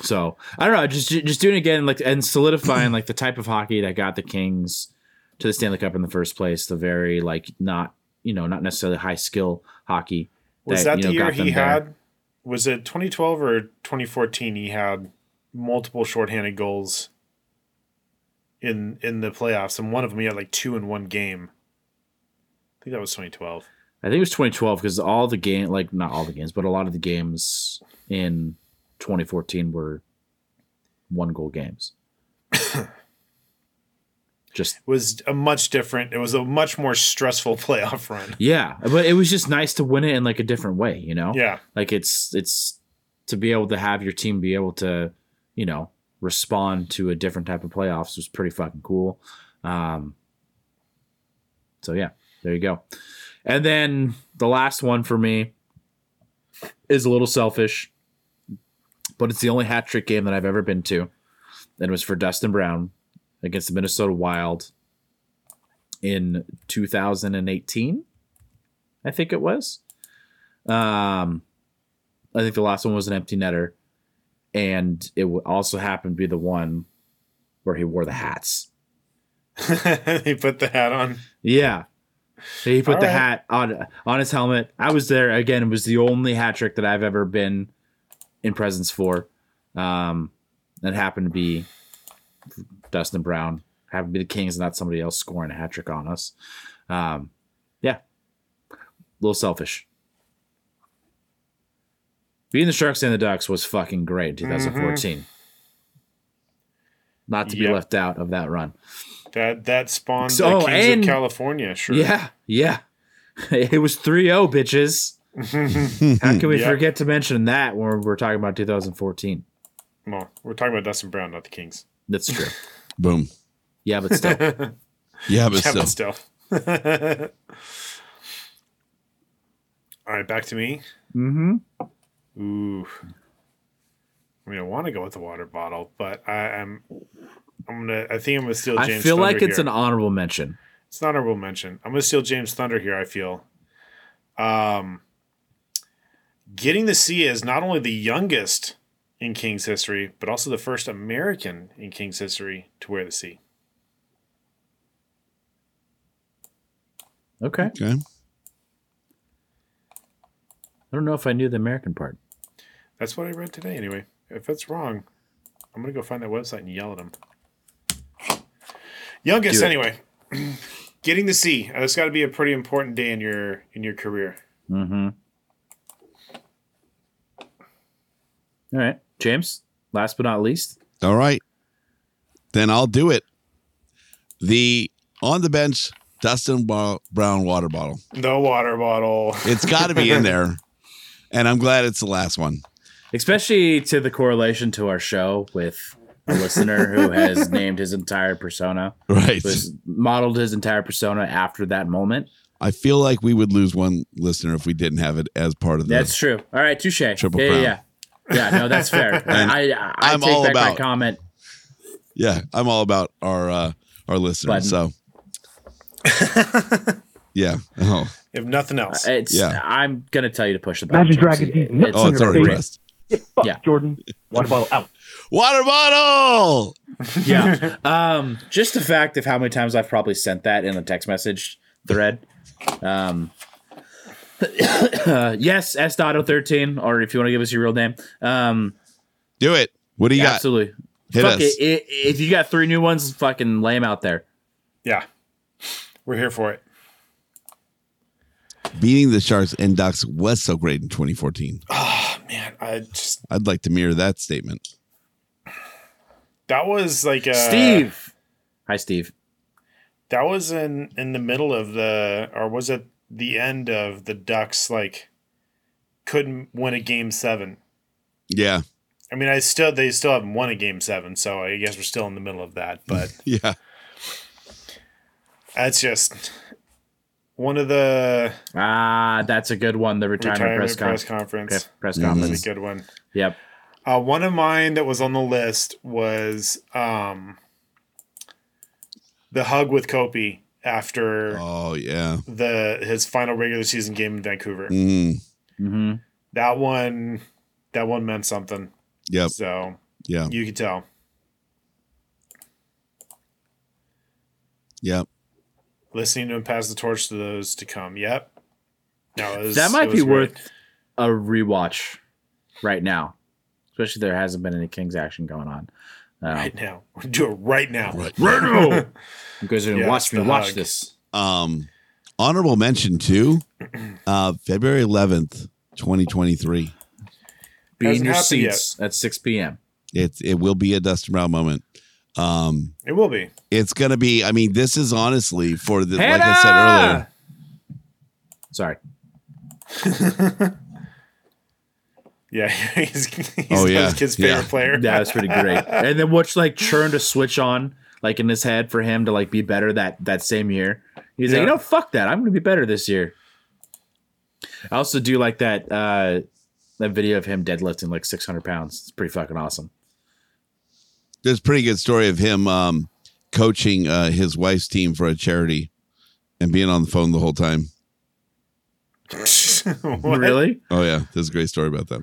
S4: so I don't know. Just just doing it again, like and solidifying like the type of hockey that got the Kings to the Stanley Cup in the first place. The very like not you know not necessarily high skill hockey.
S2: Was that,
S4: you
S2: the
S4: know,
S2: year
S4: got them
S2: he
S4: there.
S2: had? Was it 2012 or 2014? He had multiple shorthanded goals in in the playoffs, and one of them he had like two in one game. I think that was 2012.
S4: I think it was 2012 because all the game, like not all the games, but a lot of the games in 2014 were one goal games. just
S2: It was a much different. It was a much more stressful playoff run.
S4: yeah, but it was just nice to win it in like a different way, you know?
S2: Yeah.
S4: like it's it's to be able to have your team be able to you know respond to a different type of playoffs was pretty fucking cool um so yeah there you go and then the last one for me is a little selfish but it's the only hat trick game that i've ever been to and it was for dustin brown against the minnesota wild in 2018 i think it was um I think the last one was an empty netter, and it w- also happened to be the one where he wore the hats.
S2: he put the hat on.
S4: Yeah, he put
S2: All
S4: the
S2: right.
S4: hat on on his helmet. I was there again. It was the only hat trick that I've ever been in presence for. Um, that happened to be Dustin Brown. Happened to be the Kings, not somebody else scoring a hat trick on us. Um, yeah, a little selfish. Beating the Sharks and the Ducks was fucking great in
S2: Mm-hmm.
S4: 2014. Not to be
S2: Yep.
S4: left out of that run.
S2: That that spawned
S4: So-
S2: the Kings
S4: and-
S2: of California. Sure.
S4: Yeah, yeah. It was 3 0, bitches. How can we
S2: Yeah.
S4: forget to mention that when we're talking about 2014?
S2: Well, we're talking about Dustin Brown, not the Kings.
S4: That's true.
S3: boom.
S4: Yeah, but still.
S3: Yeah, but
S2: Yeah,
S3: still.
S2: but still. All right, back to me.
S4: mm-hmm.
S2: Ooh. I mean, I want to go with the water bottle, but I, I'm, I'm gonna. I think I'm gonna steal
S4: I
S2: James.
S4: feel like
S2: Thunder
S4: it's
S2: here.
S4: an honorable mention.
S2: It's an honorable mention. I'm gonna steal James Thunder here. I feel. Um. Getting to see as not only the youngest in Kings history, but also the first American in Kings history to wear the C.
S4: Okay. I
S3: Okay.
S4: don't know if I knew the American part.
S2: That's what I read today, anyway. If that's wrong, I'm gonna go find that website and yell at him. Youngest,
S4: Do it.
S2: anyway. Getting the C. Uh, That's got to be a pretty important day in your in your career.
S4: Mm-hmm. All right, James. Last but not least,
S3: All right. Then I'll do it. The on the bench Dustin Bo- Brown water bottle.
S2: The water bottle.
S3: It's got to be in there. And I'm glad it's the last one.
S4: especially to the correlation to our show with a listener who has named his entire persona,
S3: Right.
S4: was modeled his entire persona after that moment.
S3: I feel like we would lose one listener if we didn't have it as part of the.
S4: That's true. All right, touche.
S3: Triple
S4: yeah,
S3: crown.
S4: yeah, yeah. Yeah, no, that's fair.
S3: And
S4: I, I, I
S3: I'm
S4: take
S3: all
S4: back my
S3: about-
S4: comment.
S3: yeah, I'm all about our uh, our listeners.
S4: Button.
S3: So, yeah. Oh,
S2: If nothing else,
S4: It's
S3: Yeah.
S4: I'm gonna tell you to push the button.
S5: Imagine dragging
S4: Chelsea.
S5: these nuts
S4: It's-
S3: oh, it's already
S5: Great.
S3: pressed.
S5: Fuck,
S4: Yeah.
S5: Jordan. Water bottle out.
S3: Water bottle.
S4: yeah. Um, just the fact of how many times I've probably sent that in a text message thread. Um, uh, yes, S. Dotto thirteen, or if you want to give us your real name. Um,
S3: Do it. What do you got?
S4: absolutely.
S3: Hit
S4: Fuck
S3: us.
S4: it. I- If you got three new ones, fucking lay 'em out there.
S2: yeah, we're here for it.
S3: Beating the Sharks and Ducks was so great in 2014.
S2: Man, I just
S3: I'd like to mirror that statement.
S2: that was like a,
S4: Steve. Hi, Steve.
S2: That was in in the middle of the, or was it the end of the Ducks? Like, couldn't win a game seven.
S3: Yeah.
S2: I mean, I still they still haven't won a game seven, so I guess we're still in the middle of that. But
S3: Yeah.
S2: that's just one of the
S4: Ah, that's a good one. The retirement,
S2: retirement
S4: press,
S2: press,
S4: conference.
S2: conference.
S4: Press
S2: That's
S4: conference.
S2: a good one.
S4: Yep.
S2: Uh, one of mine that was on the list was um, the hug with Kopi after
S3: Oh, yeah.
S2: the his final regular season game in Vancouver.
S3: Mm.
S4: hmm
S2: That one, that one meant something.
S3: Yep.
S2: So
S3: Yeah.
S2: you could tell.
S3: Yep.
S2: Listening to him pass the torch to those to come. Yep. No, it was-
S4: That
S2: it
S4: might be
S2: was great.
S4: worth a rewatch right now, especially there hasn't been any Kings action going on. Um,
S2: right now. Do it right now.
S3: Right
S4: now. You guys are gonna
S2: Yeah,
S4: watch
S2: it's
S4: me
S2: the
S4: watch
S2: hug.
S4: this.
S3: Um, honorable mention too. Uh, February 11th, 2023.
S4: Be in
S2: Hasn't
S4: your
S2: happened yet.
S4: seats at 6 p.m.
S3: It's it will be a Dustin Brown moment. Um,
S2: It will be.
S3: it's gonna be. I mean, this is honestly for the like I
S4: Hannah!
S3: said earlier.
S4: Sorry.
S2: Yeah, he's, he's
S3: Oh, yeah.
S2: his kid's favorite
S3: Yeah.
S2: player.
S4: That was pretty great. And then what's like churned a switch on, like in his head for him to like be better that that same year. He's
S2: Yeah.
S4: like, you know, fuck that. I'm gonna be better this year. I also do like that uh that video of him deadlifting like 600 pounds. It's pretty fucking awesome.
S3: There's a pretty good story of him um, coaching uh, his wife's team for a charity and being on the phone the whole time.
S2: What?
S4: Really?
S3: Oh yeah, there's a great story about that.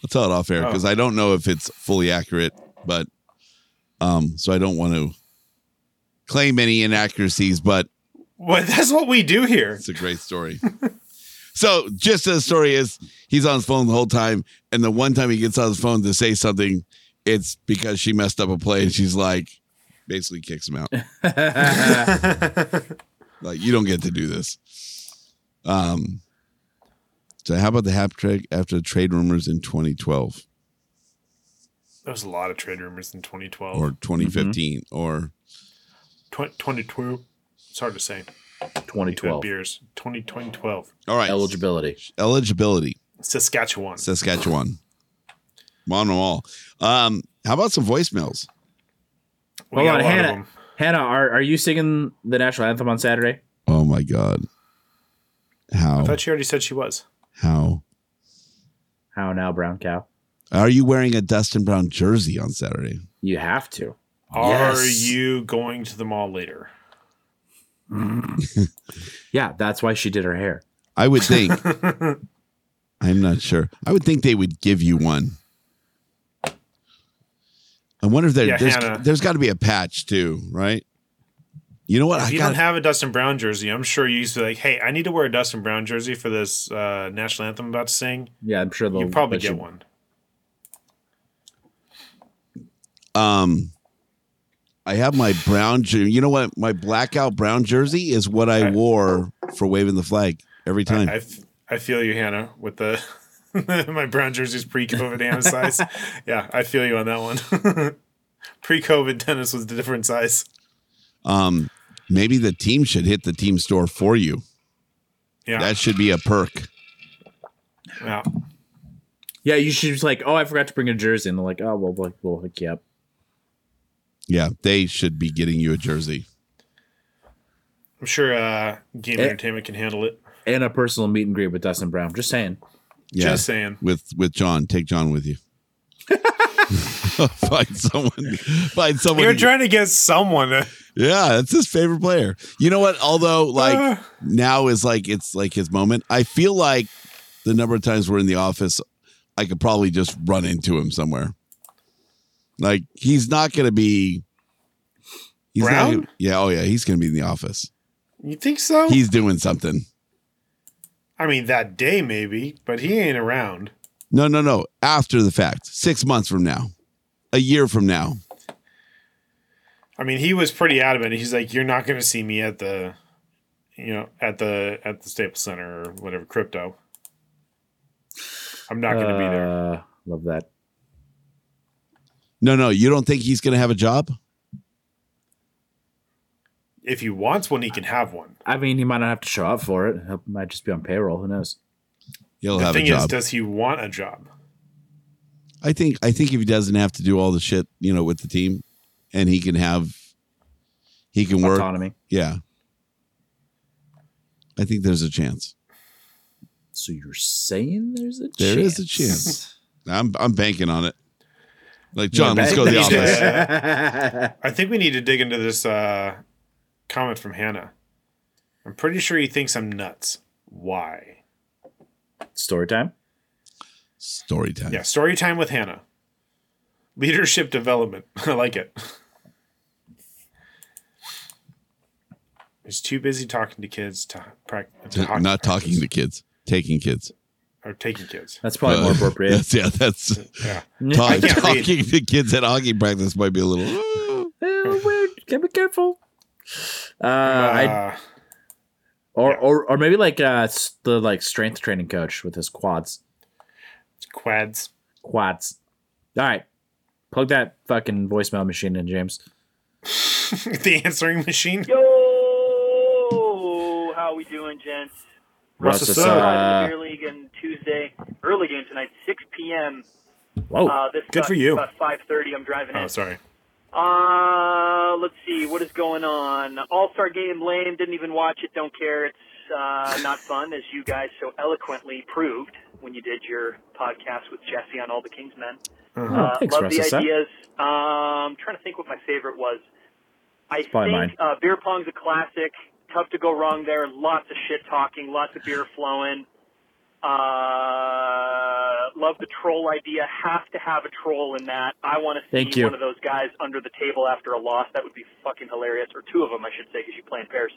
S3: I'll tell it off air because I don't know if it's fully accurate, but um, so I don't want to claim any inaccuracies, but
S2: Well, that's what we do here.
S3: it's a great story. so just as the story is, he's on his phone the whole time, and the one time he gets on his phone to say something, it's because she messed up a play, and she's like, basically kicks him out. like you don't get to do this. Um. So how about the hap trick after the trade rumors in 2012
S2: There was a lot of trade rumors in 2012.
S3: or 2015 or
S2: Twen- 22. It's hard to say.
S4: 2012
S2: Beers. 20, 2012.
S3: all right
S4: eligibility.
S3: eligibility
S2: Saskatchewan.
S3: Saskatchewan Montreal. Um, how about some voicemails?
S2: We
S4: Hold on,
S2: got a lot of
S4: Hannah.
S2: them.
S4: Hannah, are, are you singing the national anthem on Saturday?
S3: Oh my god.
S2: I
S3: How
S2: thought she already said she was.
S3: how
S4: How now, brown cow?
S3: are you wearing a Dustin Brown jersey on Saturday?
S4: You have to.
S2: Are
S4: Yes.
S2: you going to the mall later?
S4: Yeah, that's why she did her hair.
S3: I would think I'm not sure. I would think they would give you one. I wonder if there,
S2: Yeah, Hannah.
S3: there's there's got to be a patch too, right? You know what?
S2: If
S3: I
S2: you
S3: got
S2: don't have a Dustin Brown jersey, I'm sure you used to be like, hey, I need to wear a Dustin Brown jersey for this uh, national anthem I'm about to sing.
S4: Yeah, I'm sure they'll
S2: You probably
S4: let
S2: get one.
S3: um I have my brown jersey. You know what? My blackout brown jersey is what I wore for waving the flag every time.
S2: I, f- I feel you, Hannah, with the. My brown jersey's pre-COVID Hannah size. Yeah, I feel you on that one. pre-COVID, Dennis was the different size.
S3: Um, maybe the team should hit the team store for you.
S2: Yeah,
S3: That should be a perk.
S2: yeah.
S4: Yeah, you should just like, oh, I forgot to bring a jersey, and they're like, oh, well, like, we'll hook you up.
S3: Yeah, they should be getting you a jersey.
S6: I'm sure uh, Game
S4: Eh.
S6: Entertainment can handle it.
S4: And a personal meet and greet with Dustin Brown. Just saying.
S3: Yeah,
S6: Just saying.
S3: with with John. Take John with you. find someone. Find someone.
S6: You're
S3: to-
S6: trying to get someone. To,
S3: yeah, that's his favorite player. You know what? Although, like
S6: Ah.
S3: now is like it's like his moment. I feel like the number of times we're in the office, I could probably just run into him somewhere. Like he's not going to be. He's not
S6: Brown? Oh.
S3: gonna- yeah. Oh yeah. He's going to be in the office.
S6: you think so?
S3: He's doing something.
S6: I mean, that day maybe, but he ain't around.
S3: No, no, no. After the fact, six months from now, a year from now.
S6: I mean, he was pretty adamant. He's like, "You're not going to see me at the, you know, at the at the Staples Center or whatever crypto. I'm not going to be there."
S4: Uh, love that.
S3: No, no. You don't think he's going to have a job?
S6: If he wants one, he can have one.
S4: I mean, he might not have to show up for it. He might just be on payroll. Who knows?
S3: He'll
S6: The
S3: have a
S6: thing is,
S3: job.
S6: does he want a job?
S3: I think. I think if he doesn't have to do all the shit, you know, with the team, and he can have, he can work.
S4: Autonomy.
S3: Yeah. I think there's a chance.
S4: So you're saying there's a chance?
S3: There is a chance. I'm I'm banking on it. Like John, let's go to the
S6: banking on
S3: office.
S6: it. I think we need to dig into this uh, comment from Hannah. I'm pretty sure he thinks I'm nuts. Why?
S4: Story time.
S3: Story time.
S6: Yeah, story time with Hannah. Leadership development. I like it. He's too busy talking to kids to, prac- to hockey
S3: Not
S6: practice,
S3: talking to kids, taking kids.
S6: or taking kids.
S4: That's probably more
S3: Uh,
S4: appropriate.
S3: That's, yeah, that's
S6: Yeah,
S3: talk,
S6: can't read.
S3: talking to kids at hockey practice might be a little.
S4: Oh, weird. Gotta be careful. Uh, I,
S6: Uh,
S4: or, or or maybe like uh, s- the like strength training coach with his quads.
S6: quads.
S4: Quads. All right, plug that fucking voicemail machine in, James.
S6: the answering machine.
S2: Yo, how we doing, gents?
S6: Russ, what's
S4: Russ,
S6: up?
S4: uh,
S2: Premier League and Tuesday early game tonight, 6 p.m.
S4: Whoa,
S2: Uh, this
S6: Oh, Good
S2: sucks.
S6: for you.
S2: About 5:30, I'm driving
S6: Oh,
S2: in.
S6: sorry.
S2: Uh, let's see what is going on. All Star Game, lame. Didn't even watch it. Don't care. It's uh, not fun, as you guys so eloquently proved when you did your podcast with Jesse on all the Kings men.
S6: Uh-huh.
S2: Uh,
S4: thanks,
S2: love
S4: Russ,
S2: the
S4: that's Oh, that.
S2: ideas. Um, trying to think what my favorite was. I
S4: probably
S2: think uh, beer pong's a classic. Tough to go wrong there. Lots of shit talking. Lots of beer flowing. Uh, love the troll idea. Have to have a troll in that. I want to see
S4: Thank you.
S2: one of those guys under the table after a loss. That would be fucking hilarious. Or two of them, I should say, because you play in pairs.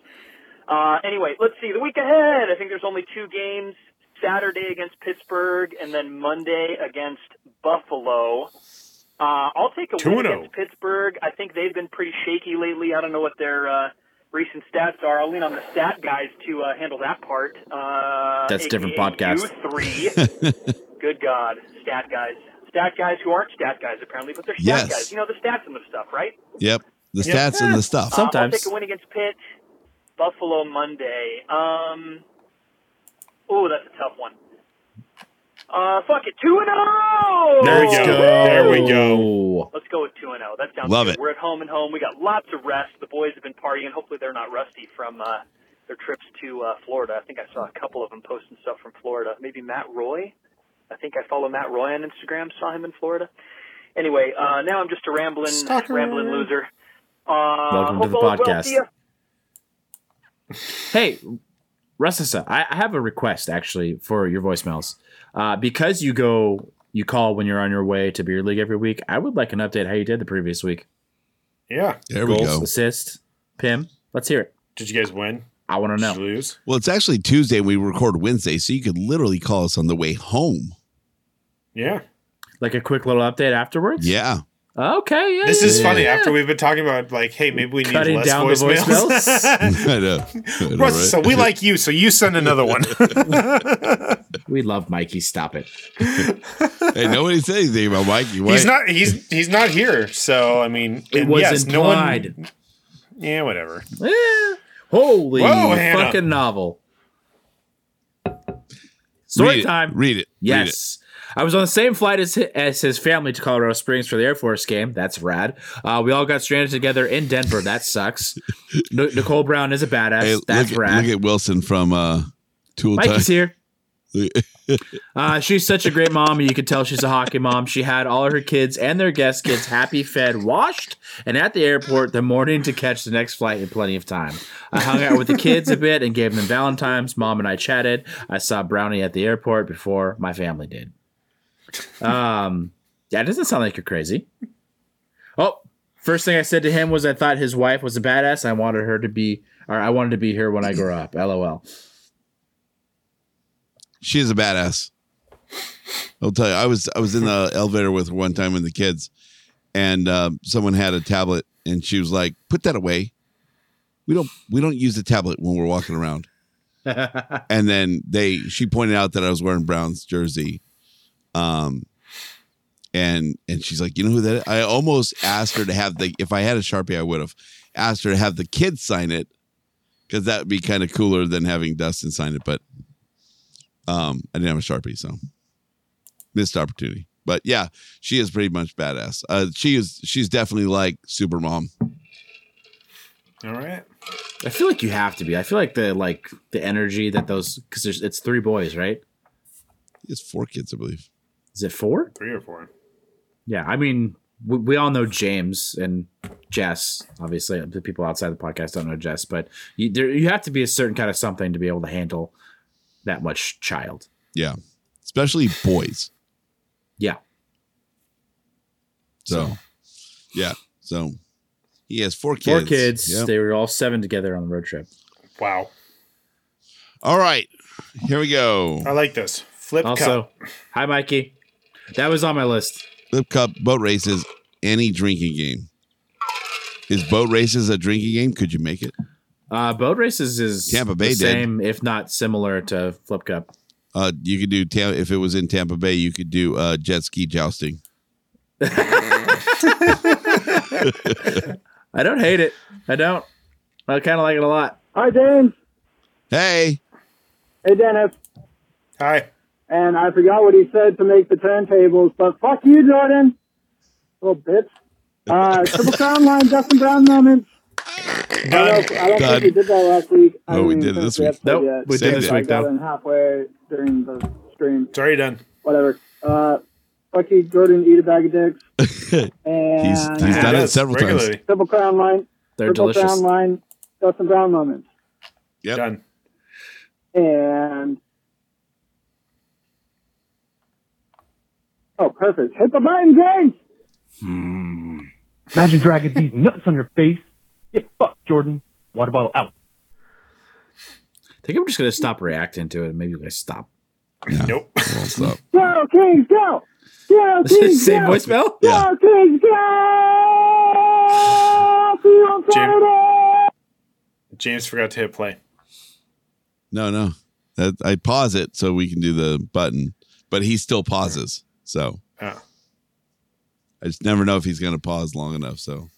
S2: Uh, anyway, let's see. The week ahead, I think there's only two games Saturday against Pittsburgh and then Monday against Buffalo. Uh, I'll take a win
S6: 2-0.
S2: against Pittsburgh. I think they've been pretty shaky lately. I don't know what their uh, recent stats are. I'll lean on the stat guys to uh, handle that part. Uh,
S4: That's a different
S2: aka
S4: podcast.
S2: you Three. Good God, stat guys. Stat guys who aren't stat guys apparently, but they're stat
S3: Yes.
S2: guys. You know the stats and the stuff, right?
S3: Yep. The stats and the stuff.
S2: Uh, I'll
S4: Sometimes.
S2: take a win against Pitt. Buffalo Monday. Um, oh, that's a tough one. Uh, fuck it, two and oh! zero.
S6: There we go. There we go.
S2: Let's go with two and zero. That sounds
S3: Love
S2: good.
S3: it.
S2: We're at home and home. We got lots of rest. The boys have been partying. Hopefully, they're not rusty from uh, their trips to uh, Florida. I think I saw a couple of them posting stuff from Florida. Maybe Matt Roy. I think I follow Matt Roy on Instagram. Saw him in Florida. Anyway, uh, now I'm just a rambling,
S6: Stalker.
S2: rambling loser. Uh,
S4: Welcome to
S2: hope
S4: the
S2: all is well.
S4: podcast.
S2: See ya.
S4: Hey, Russessa, I, I have a request actually for your voicemails. Uh, because you go, you call when you're on your way to beer league every week. I would like an update how you did the previous week.
S6: Yeah.
S3: There we
S4: Goals,
S3: go.
S4: assist, Pim. Let's hear it.
S6: Did you guys win?
S4: I want to
S6: Did
S4: know.
S6: you lose?
S3: Well, it's actually Tuesday. and We record Wednesday, so you could literally call us on the way home.
S6: Yeah.
S4: Like a quick little update afterwards.
S3: Yeah.
S4: Okay. Yeah.
S6: This
S4: yeah,
S6: is
S4: yeah,
S6: funny.
S4: yeah.
S6: After we've been talking about like, hey, maybe we need
S4: Cutting
S6: less
S4: down the
S6: voicemails.
S4: voicemails?
S3: I know. I know, right?
S6: Russ, so we like you, so you send another one.
S4: we love Mikey. Stop it.
S3: Hey, nobody said anything about Mikey. Why?
S6: He's not. He's he's not here. So I mean,
S4: It
S6: and
S4: was
S6: yes, no one-
S4: implied.
S6: yeah, whatever.
S4: Eh, holy
S6: Whoa, Hannah.
S4: fucking novel. Story
S3: Read it.
S4: time.
S3: Read it. Read it.
S4: Yes. I was on the same flight as his, as his family to Colorado Springs for the Air Force game. That's rad. Uh, we all got stranded together in Denver. That sucks. N- Nicole Brown is a badass.
S3: Hey,
S4: That's
S3: look, at,
S4: rad.
S3: look at Wilson from uh, Tool Time.
S4: Mikey's here. Uh, she's such a great mom. and You can tell she's a hockey mom. She had all her kids and their guest kids happy, fed, washed, and at the airport the morning to catch the next flight in plenty of time. I hung out with the kids a bit and gave them Valentine's. Mom and I chatted. I saw Brownie at the airport before my family did. Um, yeah, it doesn't sound like you're crazy. Oh, first thing I said to him was I thought his wife was a badass. I wanted her to be, or I wanted to be here when I grow up. LOL.
S3: She is a badass. I'll tell you, I was I was in the elevator with her one time with the kids, and um, someone had a tablet, and she was like, "Put that away. We don't we don't use the tablet when we're walking around." and then they she pointed out that I was wearing Brown's jersey, um, and and she's like, "You know who that?" Is? I almost asked her to have the if I had a sharpie, I would have asked her to have the kids sign it because that would be kind of cooler than having Dustin sign it, but. Um, I didn't have a sharpie, so missed opportunity. But yeah, she is pretty much badass. Uh, she is she's definitely like super mom.
S2: All right.
S4: I feel like you have to be. I feel like the like the energy that those because there's it's three boys, right?
S3: She has four kids, I believe.
S4: Is it four?
S2: Three or four.
S4: Yeah, I mean we, we all know James and Jess. Obviously, the people outside the podcast don't know Jess, but you there, you have to be a certain kind of something to be able to handle that much child.
S3: Yeah, especially boys.
S4: Yeah,
S3: So yeah, so he has four kids.
S4: four kids.
S3: Yep.
S4: They were all seven together on the road trip.
S2: Wow.
S3: All right, here we go.
S2: I like this. Flip
S4: Also,
S2: cup.
S4: hi Mikey. That was on my list.
S3: Flip Cup boat races. Any drinking game. Is boat races a drinking game? Could you make it?
S4: Uh, boat races is
S3: Tampa Bay
S4: the
S3: did.
S4: same, if not similar to Flip Cup.
S3: Uh, you could do Tam- if it was in Tampa Bay, you could do uh, jet ski jousting.
S4: I don't hate it. I don't. I kind of like it a lot.
S7: Hi, Dan.
S3: Hey,
S7: Hey, Dennis.
S2: Hi.
S7: And I forgot what he said to make the turntables, but fuck you, Jordan. Little bitch. Uh, Triple Crown line, Justin Brown moments. I
S2: Done.
S7: don't, I don't
S3: Done.
S7: think we did that last week. I
S3: Oh,
S7: don't
S3: we
S7: even
S3: did it
S7: think
S3: this
S7: we
S3: week.
S7: have to
S4: Nope,
S7: yet.
S4: we
S3: did this
S7: I
S4: week,
S7: got
S4: though.
S7: in halfway during the stream.
S2: It's already done.
S7: Whatever. Uh, fuck you, Jordan. Eat a bag of dicks. and
S3: he's he's done it
S2: Yes,
S3: several times.
S2: regularly.
S7: Triple Crown line,
S4: They're
S7: Triple
S4: delicious.
S7: Crown line, Justin Brown moments.
S3: Yep.
S2: Done.
S7: And oh, perfect! Hit the button, James.
S8: Imagine dragging these nuts on your face. Get fucked, Jordan. Water bottle out.
S4: I think I'm just gonna stop reacting to it. and Maybe you guys stop.
S2: Nope.
S3: Won't stop.
S7: Go Kings, go! Go Kings,
S4: Same
S7: go!
S4: voicemail.
S7: Go
S3: Yeah.
S7: Kings, go! See you on
S2: Jim.
S7: Friday.
S2: James forgot to hit play.
S3: No, no. That, I pause it so we can do the button, but he still pauses. So
S2: Oh.
S3: I just never know if he's going to pause long enough. So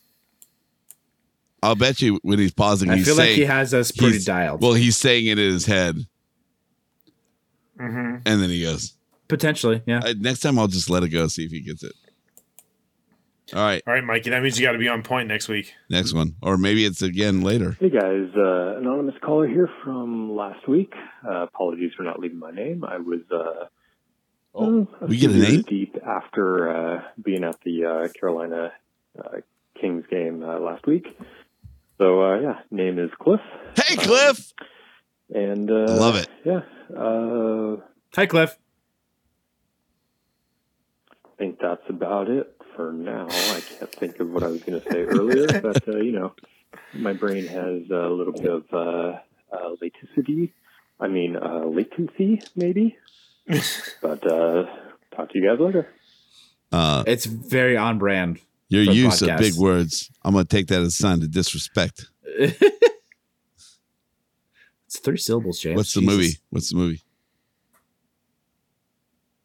S3: I'll bet you when he's pausing,
S4: I
S3: he's
S4: feel like
S3: saying,
S4: he has us pretty
S3: he's-
S4: dialed.
S3: Well, he's saying it in his head,
S2: Mm-hmm.
S3: and then he goes.
S4: Potentially, yeah.
S3: "Uh, next time, I'll just let it go. See if he gets it. All right,
S2: All right, Mikey. That means you got to be on point next week.
S3: next one, or maybe it's again later.
S8: Hey guys, uh, anonymous caller here from last week. Uh, apologies for not leaving my name. I was uh, hmm,
S3: Oh,
S8: a
S3: we get a
S8: few years
S3: name?
S8: deep after uh, being at the uh, Carolina uh, Kings game uh, last week. So uh, yeah, name is Cliff,
S3: Hey, Cliff,
S8: and uh,
S3: I love it.
S8: Yeah, uh,
S4: Hi, Cliff.
S8: I think that's about it for now. I can't think of what I was going to say earlier, but uh, you know, my brain has a little bit of uh, uh, latency. I mean, uh, latency maybe. but uh, talk to you guys later.
S3: Uh,
S4: It's very on brand.
S3: your
S4: For
S3: use
S4: podcast.
S3: of big words, I'm going to take that as a sign to disrespect.
S4: it's three syllables, James.
S3: What's the
S4: Jesus.
S3: movie? What's the movie?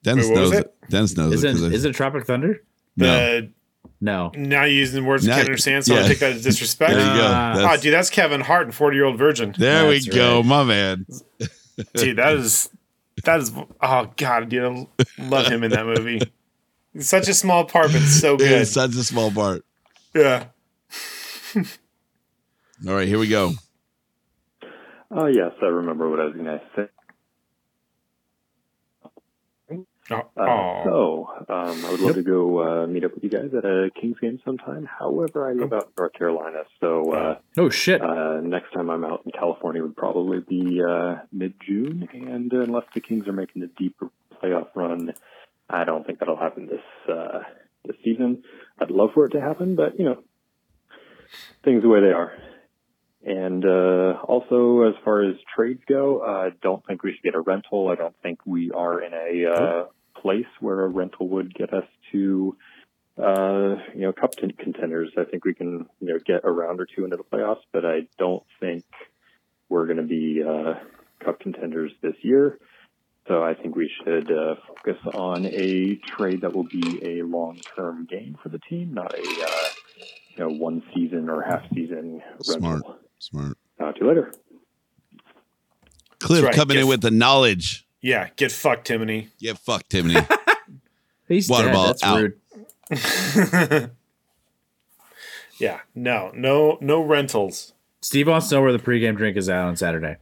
S3: Dennis
S2: Wait, what was
S3: knows it?
S2: it?
S3: Dennis knows
S4: Is
S3: it.
S4: it
S3: 'cause I-
S4: is it Tropic Thunder?
S3: no.
S2: The,
S4: No.
S2: now you're using words I
S3: Now-
S2: can't understand, so i I
S3: yeah.
S2: take that as disrespect.
S3: There you go.
S4: Ah.
S3: That's-
S2: oh, dude, that's Kevin Hart and 40 year old virgin.
S3: there we
S4: That's
S3: go,
S4: right.
S3: my man.
S2: Dude, that is
S6: That is oh god, dude, I love him in that movie. It's such a small part, but so
S3: It
S6: good.
S3: is such a small part.
S6: Yeah.
S3: All right, here we go.
S8: Oh, yes, I remember what I was going to say. Uh, so, um, I would love to go uh, meet up with you guys at a Kings game sometime. However, I live out in North Carolina, so uh,
S4: oh shit.
S8: Uh, next time I'm out in California would probably be uh, mid-June, and uh, unless the Kings are making a deeper playoff run, I don't think that'll happen this uh, this season. I'd love for it to happen, but you know, things the way they are. And uh, also, as far as trades go, I don't think we should get a rental. I don't think we are in a uh, place where a rental would get us to, uh, you know, cup con- contenders. I think we can, you know, get a round or two into the playoffs, but I don't think we're going to be uh, cup contenders this year. So I think we should uh, focus on a trade that will be a long-term gain for the team, not a, uh, you know, one season or half season
S3: Smart.
S8: rental.
S3: Smart.
S8: Talk to you later.
S3: Cliff
S6: right,
S3: coming
S6: get-
S3: in with the knowledge.
S6: Yeah, get fucked, Timony.
S3: Get fucked, Timony.
S4: He's
S3: Water
S4: dead.
S3: ball
S4: That's
S3: out.
S4: rude.
S6: Yeah, no, no, no rentals.
S4: Steve wants to know where the pregame drink is at on Saturday.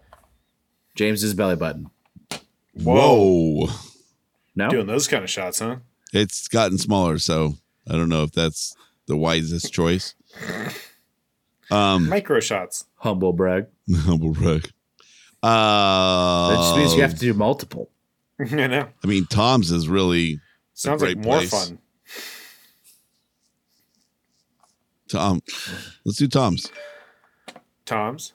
S4: James's belly button.
S3: Whoa.
S4: No,
S6: Doing those kind of shots, huh?
S3: It's gotten smaller, so I don't know if that's the wisest choice. Um,
S6: Micro shots.
S4: humble brag.
S3: humble brag. Uh,
S4: That just means you have
S3: Oh.
S4: to do multiple.
S6: I know.
S3: I mean, Tom's is really
S6: Sounds
S3: a
S6: like
S3: great
S6: more
S3: place.
S6: fun.
S3: Tom. Let's do Tom's.
S6: Tom's.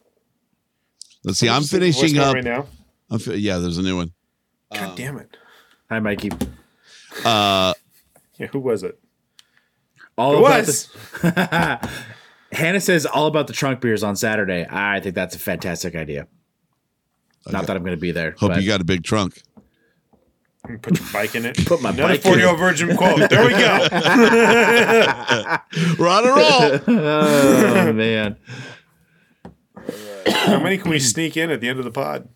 S3: Let's see. I'm
S6: Just leave a
S3: finishing
S6: voicemail
S3: up. uh,
S6: right now.
S3: I'm fi- yeah, there's a new one.
S6: God damn it.
S4: Hi, Mikey.
S3: Uh,
S6: Yeah, who was it?
S4: All
S6: It
S4: Oh, about
S6: was.
S4: the- Hannah says all about the trunk beers on Saturday. I think that's a fantastic idea. Not that I'm going to be there.
S3: hope
S4: but
S3: you got a big trunk.
S6: Put your bike in it.
S4: Put my
S6: Another
S4: bike in it.
S6: 40 year old virgin quote. There we go.
S3: We're on a roll.
S4: oh man,
S6: How many can we sneak in at the end of the pod?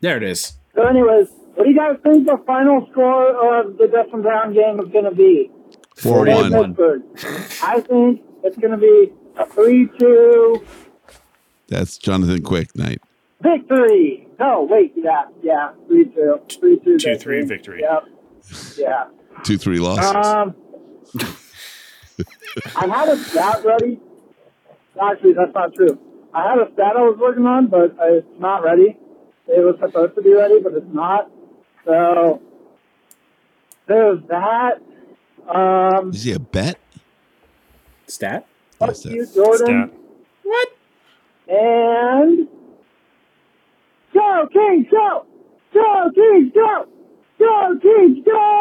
S4: there it is.
S2: So, anyways, what do you guys think the final score of the Dustin Brown game is going to be?
S3: Four
S2: in
S3: one.
S2: Pittsburgh? I think it's going to be a 3 2
S3: That's Jonathan Quick night.
S2: victory. No, wait, yeah, yeah, 3 2. 3 2.
S6: 2 3 victory.
S2: Yep. Yeah.
S3: Two three losses.
S2: Um, I had a stat ready. Actually, that's not true. I had a stat I was working on, but it's not ready. It was supposed to be ready, but it's not. So there's that. Um,
S3: Is he a bet?
S4: Stat.
S2: fuck
S3: Yes,
S2: you,
S3: that's-
S4: um,
S2: Jordan. What? And go, Kings, go, go, Kings, go, go, Kings, go!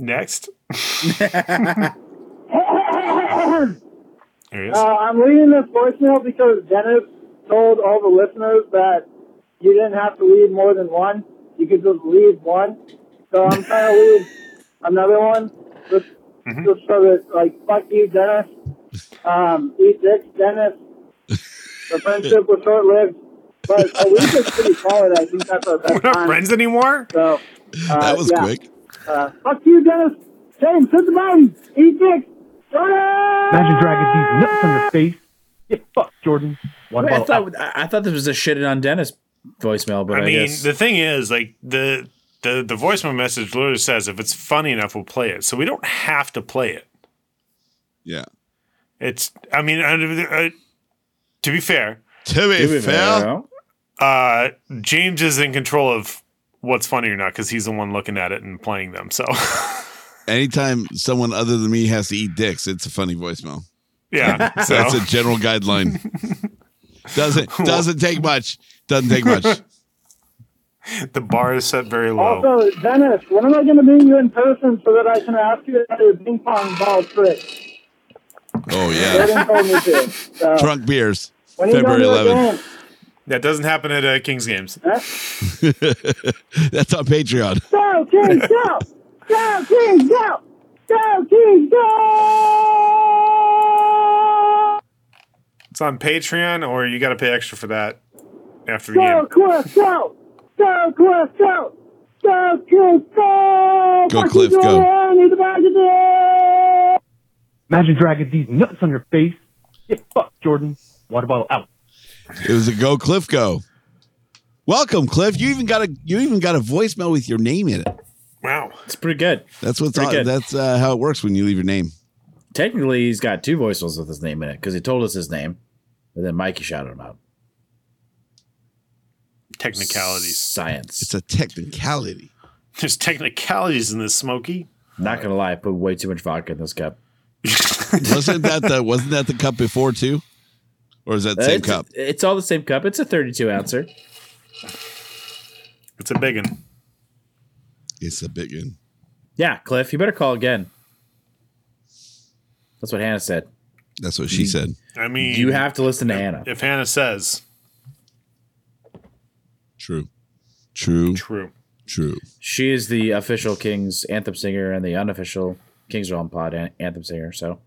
S6: Next. There he is.
S2: Uh, I'm leaving this voicemail because Dennis told all the listeners that you didn't have to leave more than one. You could just leave one. So I'm trying to leave another one just,
S6: Mm-hmm.
S2: just so that, like, fuck you, Dennis. Um, eat dicks, Dennis. The friendship was short lived. But a week is pretty solid. I think that's our best
S6: We're not
S2: time.
S6: friends anymore?
S2: So, uh,
S3: that was
S2: yeah.
S3: quick.
S2: Uh, fuck you, Dennis. James, hit the button. Eat dicks. Jordan!
S9: Imagine dragging these nuts on your face. Get fucked, Jordan. One
S4: Wait, I
S9: bottle
S4: thought I I thought this was a shitted on Dennis voicemail, but I,
S6: I mean,
S4: guess
S6: the thing is, like the the the voicemail message literally says if it's funny enough, we'll play it. So we don't have to play it.
S3: Yeah.
S6: It's. I mean, I, I, to be fair,
S3: To be,
S4: Did we,
S3: fair,
S4: Vero?
S6: uh, James is in control of what's funny or not because he's the one looking at it and playing them. So
S3: anytime someone other than me has to eat dicks, it's a funny voicemail.
S6: yeah, so
S3: That's a general guideline. doesn't doesn't take much. Doesn't take much.
S6: the bar is set very low.
S2: Also, Dennis, when am I going to meet you in person so that I can ask you about your ping pong ball trick?
S3: Oh yeah.
S2: Jordan told me to. So,
S3: Drunk beers.
S2: when are uh, you
S3: February
S2: going to a
S3: 11th.
S2: game?
S6: that doesn't happen at uh, Kings games.
S3: That's on Patreon.
S2: Go, Kings, go! Go, Kings, go!
S7: Go, Kings, go!
S2: It's on Patreon, or you got to pay extra for that after the
S7: Go,
S2: game.
S7: Cliff, go! Go, Cliff, go! Go, Kings, go!
S2: Go,
S7: Fucking
S2: Cliff, go.
S7: Jordan, He's about to do it!
S10: Imagine dragging these nuts on your face. Yeah, fuck, Jordan. Water bottle out.
S3: It was a go Cliff go. Welcome, Cliff. You even got a you even got a voicemail with your name in it.
S2: Wow,
S4: it's pretty good.
S3: That's what's
S4: Pretty
S3: on,
S4: good.
S3: that's uh, how it works when you leave your name.
S4: Technically, he's got two voicemails with his name in it because he told us his name, and then Mikey shouted him out.
S2: Technicalities.
S4: Science. It's
S3: a technicality.
S2: There's technicalities in this, Smokey.
S4: Not gonna lie, I put way too much vodka in this cup.
S3: wasn't that the wasn't that the cup before too? Or is that the same
S4: Uh, it's,
S3: cup?
S4: It's all the same cup. It's a 32 ouncer.
S2: It's a big one.
S3: It's a big one.
S4: Yeah, Cliff, you better call again. That's what Hannah said.
S3: That's what she said.
S2: I mean,
S4: you have to listen to Hannah.
S2: If Hannah says
S3: True. True.
S2: True.
S3: True.
S4: She is the official Kings anthem singer and the unofficial Kings Realm Pod an- anthem singer. So,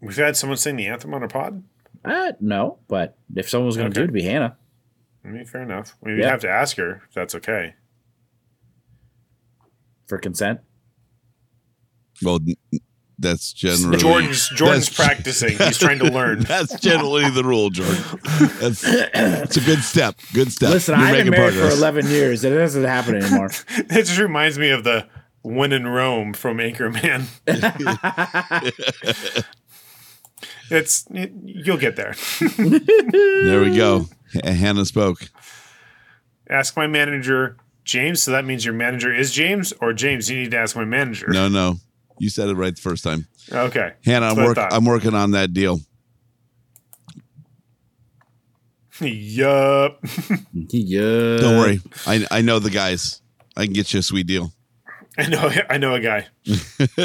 S2: we've had someone sing the anthem on our pod,
S4: uh, no, but if someone was going to do it, it'd be Hannah.
S2: I mean, fair enough. We'd
S4: Yeah.
S2: have to ask her if that's okay.
S4: For consent?
S3: Well, n- that's generally
S2: Jordan's- Jordan's
S3: that's-
S2: practicing. He's trying to learn.
S3: that's generally the rule, Jordan. That's it's a good step. Good step.
S4: Listen,
S3: You're
S4: I've been
S3: making
S4: married
S3: progress.
S4: for 11 years. It doesn't happen anymore.
S2: It just reminds me of the "When in Rome" from Anchorman. it's it, you'll get there.
S3: There we go. H- Hannah spoke.
S2: ask my manager, James. So that means your manager is James, or James, you need to ask my manager.
S3: No, no, you said it right the first time.
S2: Okay,
S3: Hannah, I'm,
S2: That's what I
S3: work-
S2: thought.
S3: I'm working on that deal.
S2: Yup.
S4: Yup.
S3: Don't worry. I I know the guys. I can get you a sweet deal.
S2: I know. I know a guy.
S4: I feel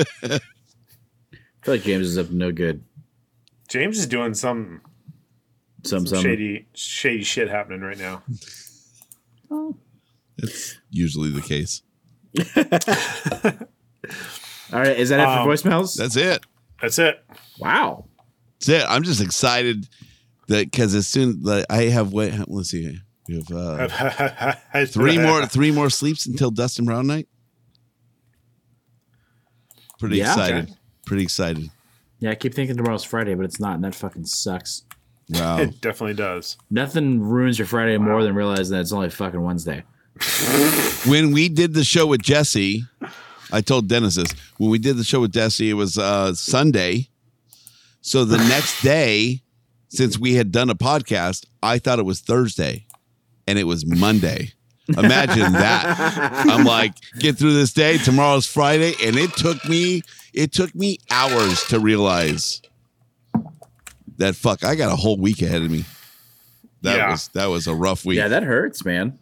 S4: like James is up to no good.
S2: James is doing some
S4: Some, some.
S2: shady, shady shit happening right now.
S3: That's usually the case.
S4: All right. Is that it
S2: Um,
S4: for voicemails?
S3: That's it.
S2: That's it.
S4: Wow.
S3: That's it. I'm just excited that because as soon like, I have wait, let's see, we have uh, three more three more sleeps until Dustin Brown night. Pretty
S4: Yeah.
S3: excited.
S4: Okay.
S3: Pretty excited.
S4: Yeah, I keep thinking tomorrow's Friday, but it's not, and that fucking sucks.
S3: Wow.
S2: It definitely does.
S4: Nothing ruins your Friday more than realizing that it's only fucking Wednesday.
S3: when we did the show with Jesse, I told Dennis this. When we did the show with Jesse, it was uh, Sunday. So the next day, since we had done a podcast, I thought it was Thursday and it was Monday. Imagine that. I'm like, get through this day. Tomorrow's Friday. And it took me, it took me hours to realize that fuck, I got a whole week ahead of me. That
S4: Yeah.
S3: was that was a rough week.
S4: Yeah, that hurts, man.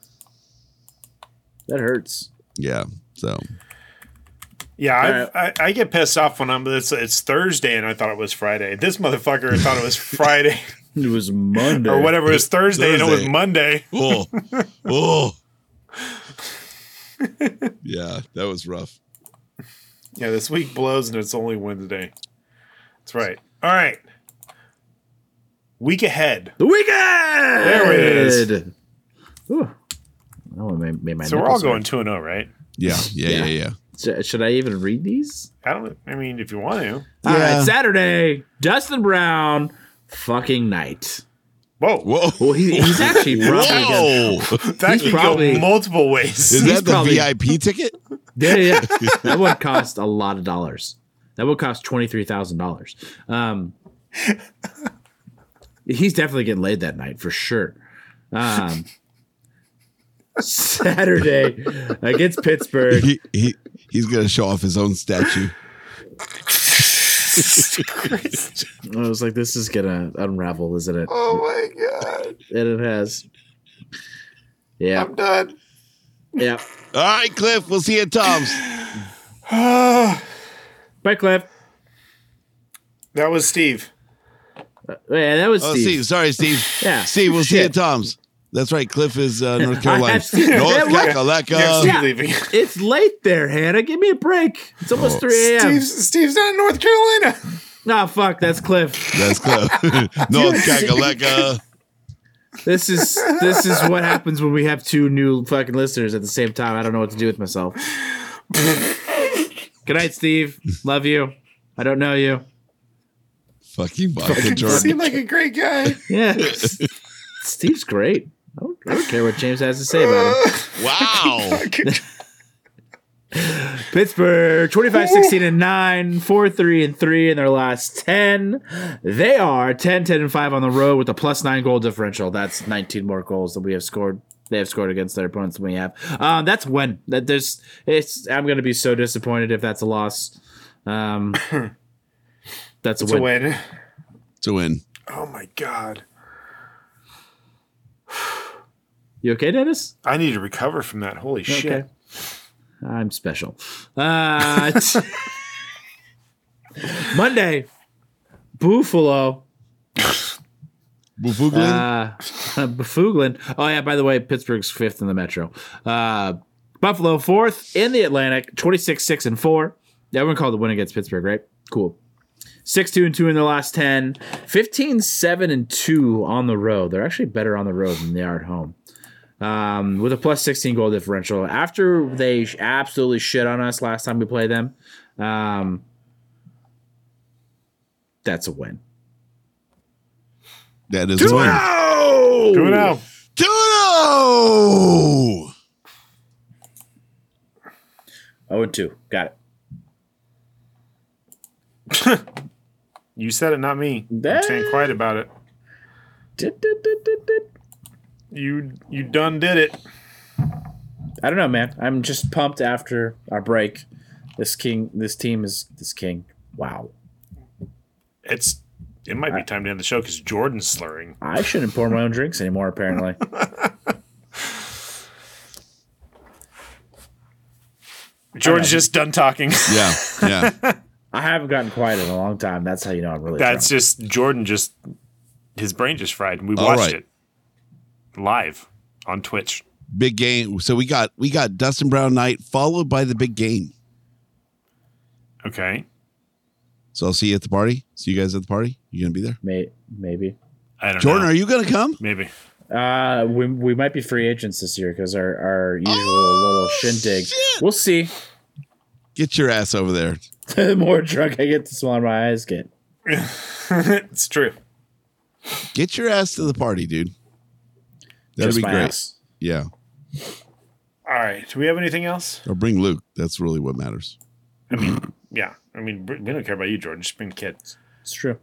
S4: That hurts.
S3: yeah. So
S2: Yeah, I've, I, I get pissed off when I'm it's, it's Thursday and I thought it was Friday. This motherfucker thought it was Friday
S4: It was Monday
S2: or whatever. It was Thursday, and it was Monday.
S3: Oh, oh. yeah, that was rough.
S2: Yeah, this week blows and it's only Wednesday. That's right. All right. Week ahead.
S4: The weekend.
S2: There it is.
S4: Ooh. Oh, it made, made my
S2: so we're all
S4: nipples
S2: going
S4: hard.
S2: two and zero, right?
S3: Yeah, yeah, yeah, yeah.
S4: Sh- Should I even read these?
S2: I don't. I mean, if you want to.
S4: All
S3: Uh,
S4: right, Saturday, Dustin Brown, fucking night.
S2: Whoa,
S3: whoa!
S4: Well, he, he's actually probably
S3: Whoa!
S4: gonna-
S2: That
S4: he's
S2: could go multiple ways.
S3: Is
S4: He's
S3: that the
S4: probably-
S3: VIP ticket?
S4: Yeah, yeah. that would cost a lot of dollars. That would cost twenty three thousand dollars. Um, he's definitely getting laid that night for sure. Um, Saturday against Pittsburgh.
S3: He, he he's gonna show off his own statue.
S4: I was like, this is gonna unravel, isn't it?
S11: Oh my god.
S4: And it has. Yeah.
S11: I'm done.
S4: Yeah.
S3: All right, Cliff. We'll see you at Tom's.
S2: that
S4: Bye, Cliff.
S2: was Steve.
S4: Yeah, that was
S3: Oh,
S4: Steve.
S3: Steve. Sorry, Steve.
S4: Yeah.
S3: Steve, we'll see you at
S4: Shit.
S3: Tom's. That's right. Cliff is uh, North Carolina.
S4: That
S3: North
S4: was-
S3: Kakalaka.
S4: Yeah. It's late there, Hannah. Give me a break. It's almost
S3: Oh.
S4: 3 a.m.
S2: Steve's, Steve's not in North Carolina.
S4: Nah, fuck. That's Cliff.
S3: That's Cliff. North Kakalaka.
S4: This is this is what happens when we have two new fucking listeners at the same time. I don't know what to do with myself. Good night, Steve. Love you. I don't know you.
S3: Fucking vodka
S2: Seemed
S3: Jordan.
S2: like a great guy.
S4: Yeah. Steve's great. I don't, I don't care what James has to say about him.
S3: Wow.
S4: Pittsburgh 25 16 and 9, 4 3 and 3 in their last 10. They are 10 10 and 5 on the road with a plus 9 goal differential. That's 19 more goals than we have scored. They have scored against their opponents than we have. Um, that's when that there's it's I'm going to be so disappointed if that's a loss. Um, that's a
S2: It's
S4: win.
S2: a win.
S3: It's a win.
S2: Oh my god.
S4: You okay, Dennis?
S2: I need to recover from that. Holy Oh, shit.
S4: I'm special. Uh, t- Monday, Buffalo.
S3: Bufuglin?
S4: Uh, Bufuglin. Oh yeah. By the way, Pittsburgh's fifth in the Metro. Uh, Buffalo fourth in the Atlantic. Twenty six six and four. Yeah, everyone called the win against Pittsburgh, right? Cool. 6 2 and 2 in their last 10, 15 7 and 2 on the road. They're actually better on the road than they are at home. Um, with a plus 16 goal differential. After they sh- absolutely shit on us last time we played them, um, that's a win.
S3: that is a win. Oh.
S2: Do it now.
S3: Two and oh!
S4: 0 Oh, and 2. Got it.
S2: You said it, not me. I'm
S4: That-
S2: staying quiet about it.
S4: Did, did, did, did, did.
S2: You you done did it.
S4: I don't know, man. I'm just pumped after our break. This king, this team is this king. Wow.
S2: It's it might be time to end the show because Jordan's slurring.
S4: I shouldn't pour my own drinks anymore, apparently.
S2: Jordan's just done talking.
S3: Yeah, yeah.
S4: I haven't gotten quiet in a long time. That's how you know I'm really
S2: That's
S4: drunk.
S2: just Jordan just his brain just fried. and We
S3: All right.
S2: watched it live on Twitch.
S3: Big game. So we got we got Dustin Brown night followed by the big game.
S2: Okay.
S3: So I'll see you at the party. See you guys at the party. You gonna be there?
S4: May- maybe.
S2: I don't
S3: Jordan,
S2: know.
S3: are you gonna come?
S2: Maybe.
S4: Uh, we, we might be free agents this year because our, our usual little shindig.
S3: shit.
S4: We'll see.
S3: Get your ass over there.
S4: the more drunk I get, the smaller my eyes get.
S2: it's true.
S3: Get your ass to the party, dude. That'd
S4: Just
S3: be
S4: my
S3: great.
S4: ass.
S3: Yeah.
S2: All right. Do we have anything else?
S3: Or bring Luke. That's really what matters.
S2: Yeah. I mean, we don't care about you, Jordan. Just bring the kids.
S4: It's true.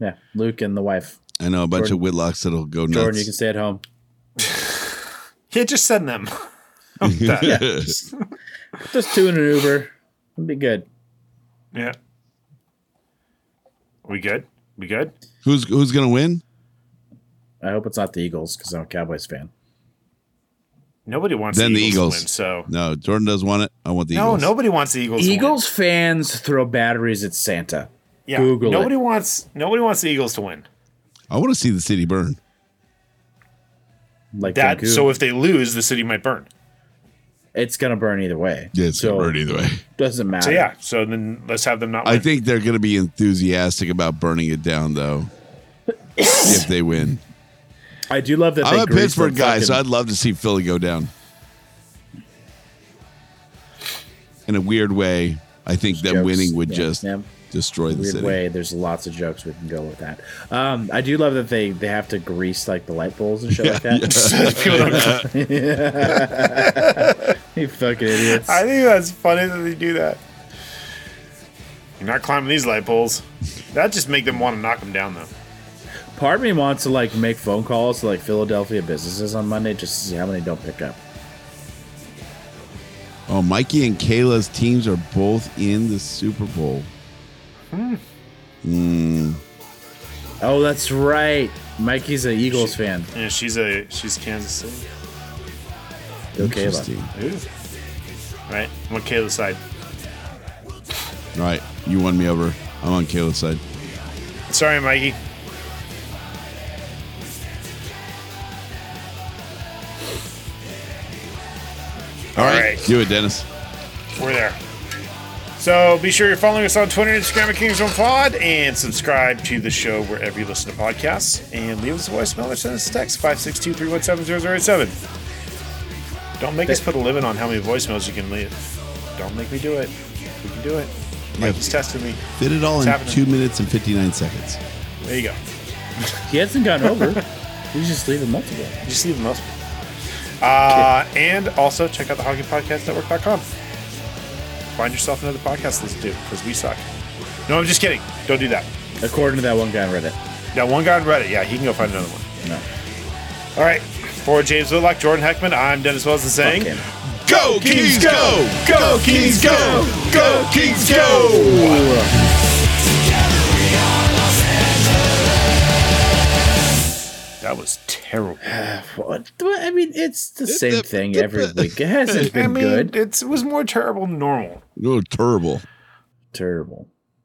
S4: Yeah, Luke and the wife.
S3: I know a bunch
S4: Jordan-
S3: of Whitlocks that'll go nuts.
S4: Jordan, you can stay at home.
S2: Yeah, just send them.
S4: Yeah, just, just two in an Uber. It'll be good.
S2: Yeah. We good? We good?
S3: Who's who's gonna win?
S4: I hope it's not the Eagles because I'm a Cowboys fan.
S2: Nobody wants
S3: Then
S2: the
S3: the
S2: Eagles,
S3: Eagles.
S2: to win. So
S3: No, Jordan doesn't want it. I want the
S2: no,
S3: Eagles.
S2: nobody wants the Eagles. to win.
S4: Eagles fans throw batteries at Santa.
S2: Yeah.
S4: Google it.
S2: nobody wants. Nobody wants the Eagles to win.
S3: I want to see the city burn.
S4: Like
S2: That.
S4: Cancun.
S2: So if they lose, the city might burn.
S4: it's gonna burn either way.
S3: Yeah, it's
S4: so
S3: gonna burn either way.
S4: Doesn't matter.
S2: So yeah. So then let's have them not. Win.
S3: I think they're gonna be enthusiastic about burning it down though. if they win.
S4: I do love that.
S3: I'm
S4: they
S3: a
S4: grease
S3: Pittsburgh
S4: the
S3: guy, so I'd
S4: fucking-
S3: love to see Philly go down. In a weird way, I think them
S4: jokes.
S3: winning would
S4: Yeah,
S3: just
S4: yeah.
S3: destroy the
S4: weird
S3: city.
S4: way. There's lots of jokes we can go with that. Um, I do love that they they have to grease like the light bulbs and shit like that. you fucking idiots.
S2: I think that's funny that they do that. You're not climbing these light poles. That just make them want to knock them down, though.
S4: Part of me wants to like make phone calls to like Philadelphia businesses on Monday just to see how many don't pick up.
S3: Oh, Mikey and Kayla's teams are both in the Super Bowl.
S4: Oh, that's right. Mikey's an Eagles fan.
S2: Yeah, she's a she's Kansas City,
S4: Okay,
S3: Interesting.
S2: right? I'm on Kayla's side.
S3: All right, you won me over. I'm on Kayla's side.
S2: Sorry, Mikey.
S3: All right. Do it, Dennis.
S2: We're there. So be sure you're following us on Twitter and Instagram at Kings One Pod and subscribe to the show wherever you listen to podcasts. And leave us a voicemail or send us a text 562 317 Don't make us put a limit on how many voicemails you can leave. Don't make me do it. We can do it. Mikey's testing me.
S3: Did it all
S2: It's
S3: in
S2: happening.
S3: two minutes and 59 seconds.
S2: There you go.
S4: He hasn't gone over. We just leave him multiple.
S2: Just leave him multiple. Uh, and also check out the hockeypodcastnetwork.com. Find yourself another podcast to listen to because we suck. No, I'm just kidding. Don't do that.
S4: According to that one guy on Reddit.
S2: That one guy on Reddit. Yeah, he can go find another one. No. All right. For James Whitlock, Jordan Heckman, I'm Dennis Wilson saying,
S4: him.
S2: Go Kings, go! Go Kings, go! Go Kings, go! That was terrible.
S4: uh, what? Well, I mean, it's the same thing every week. It
S2: I
S4: hasn't been
S2: mean,
S4: good.
S2: It's, it was more terrible than normal.
S3: Oh, terrible.
S4: Terrible.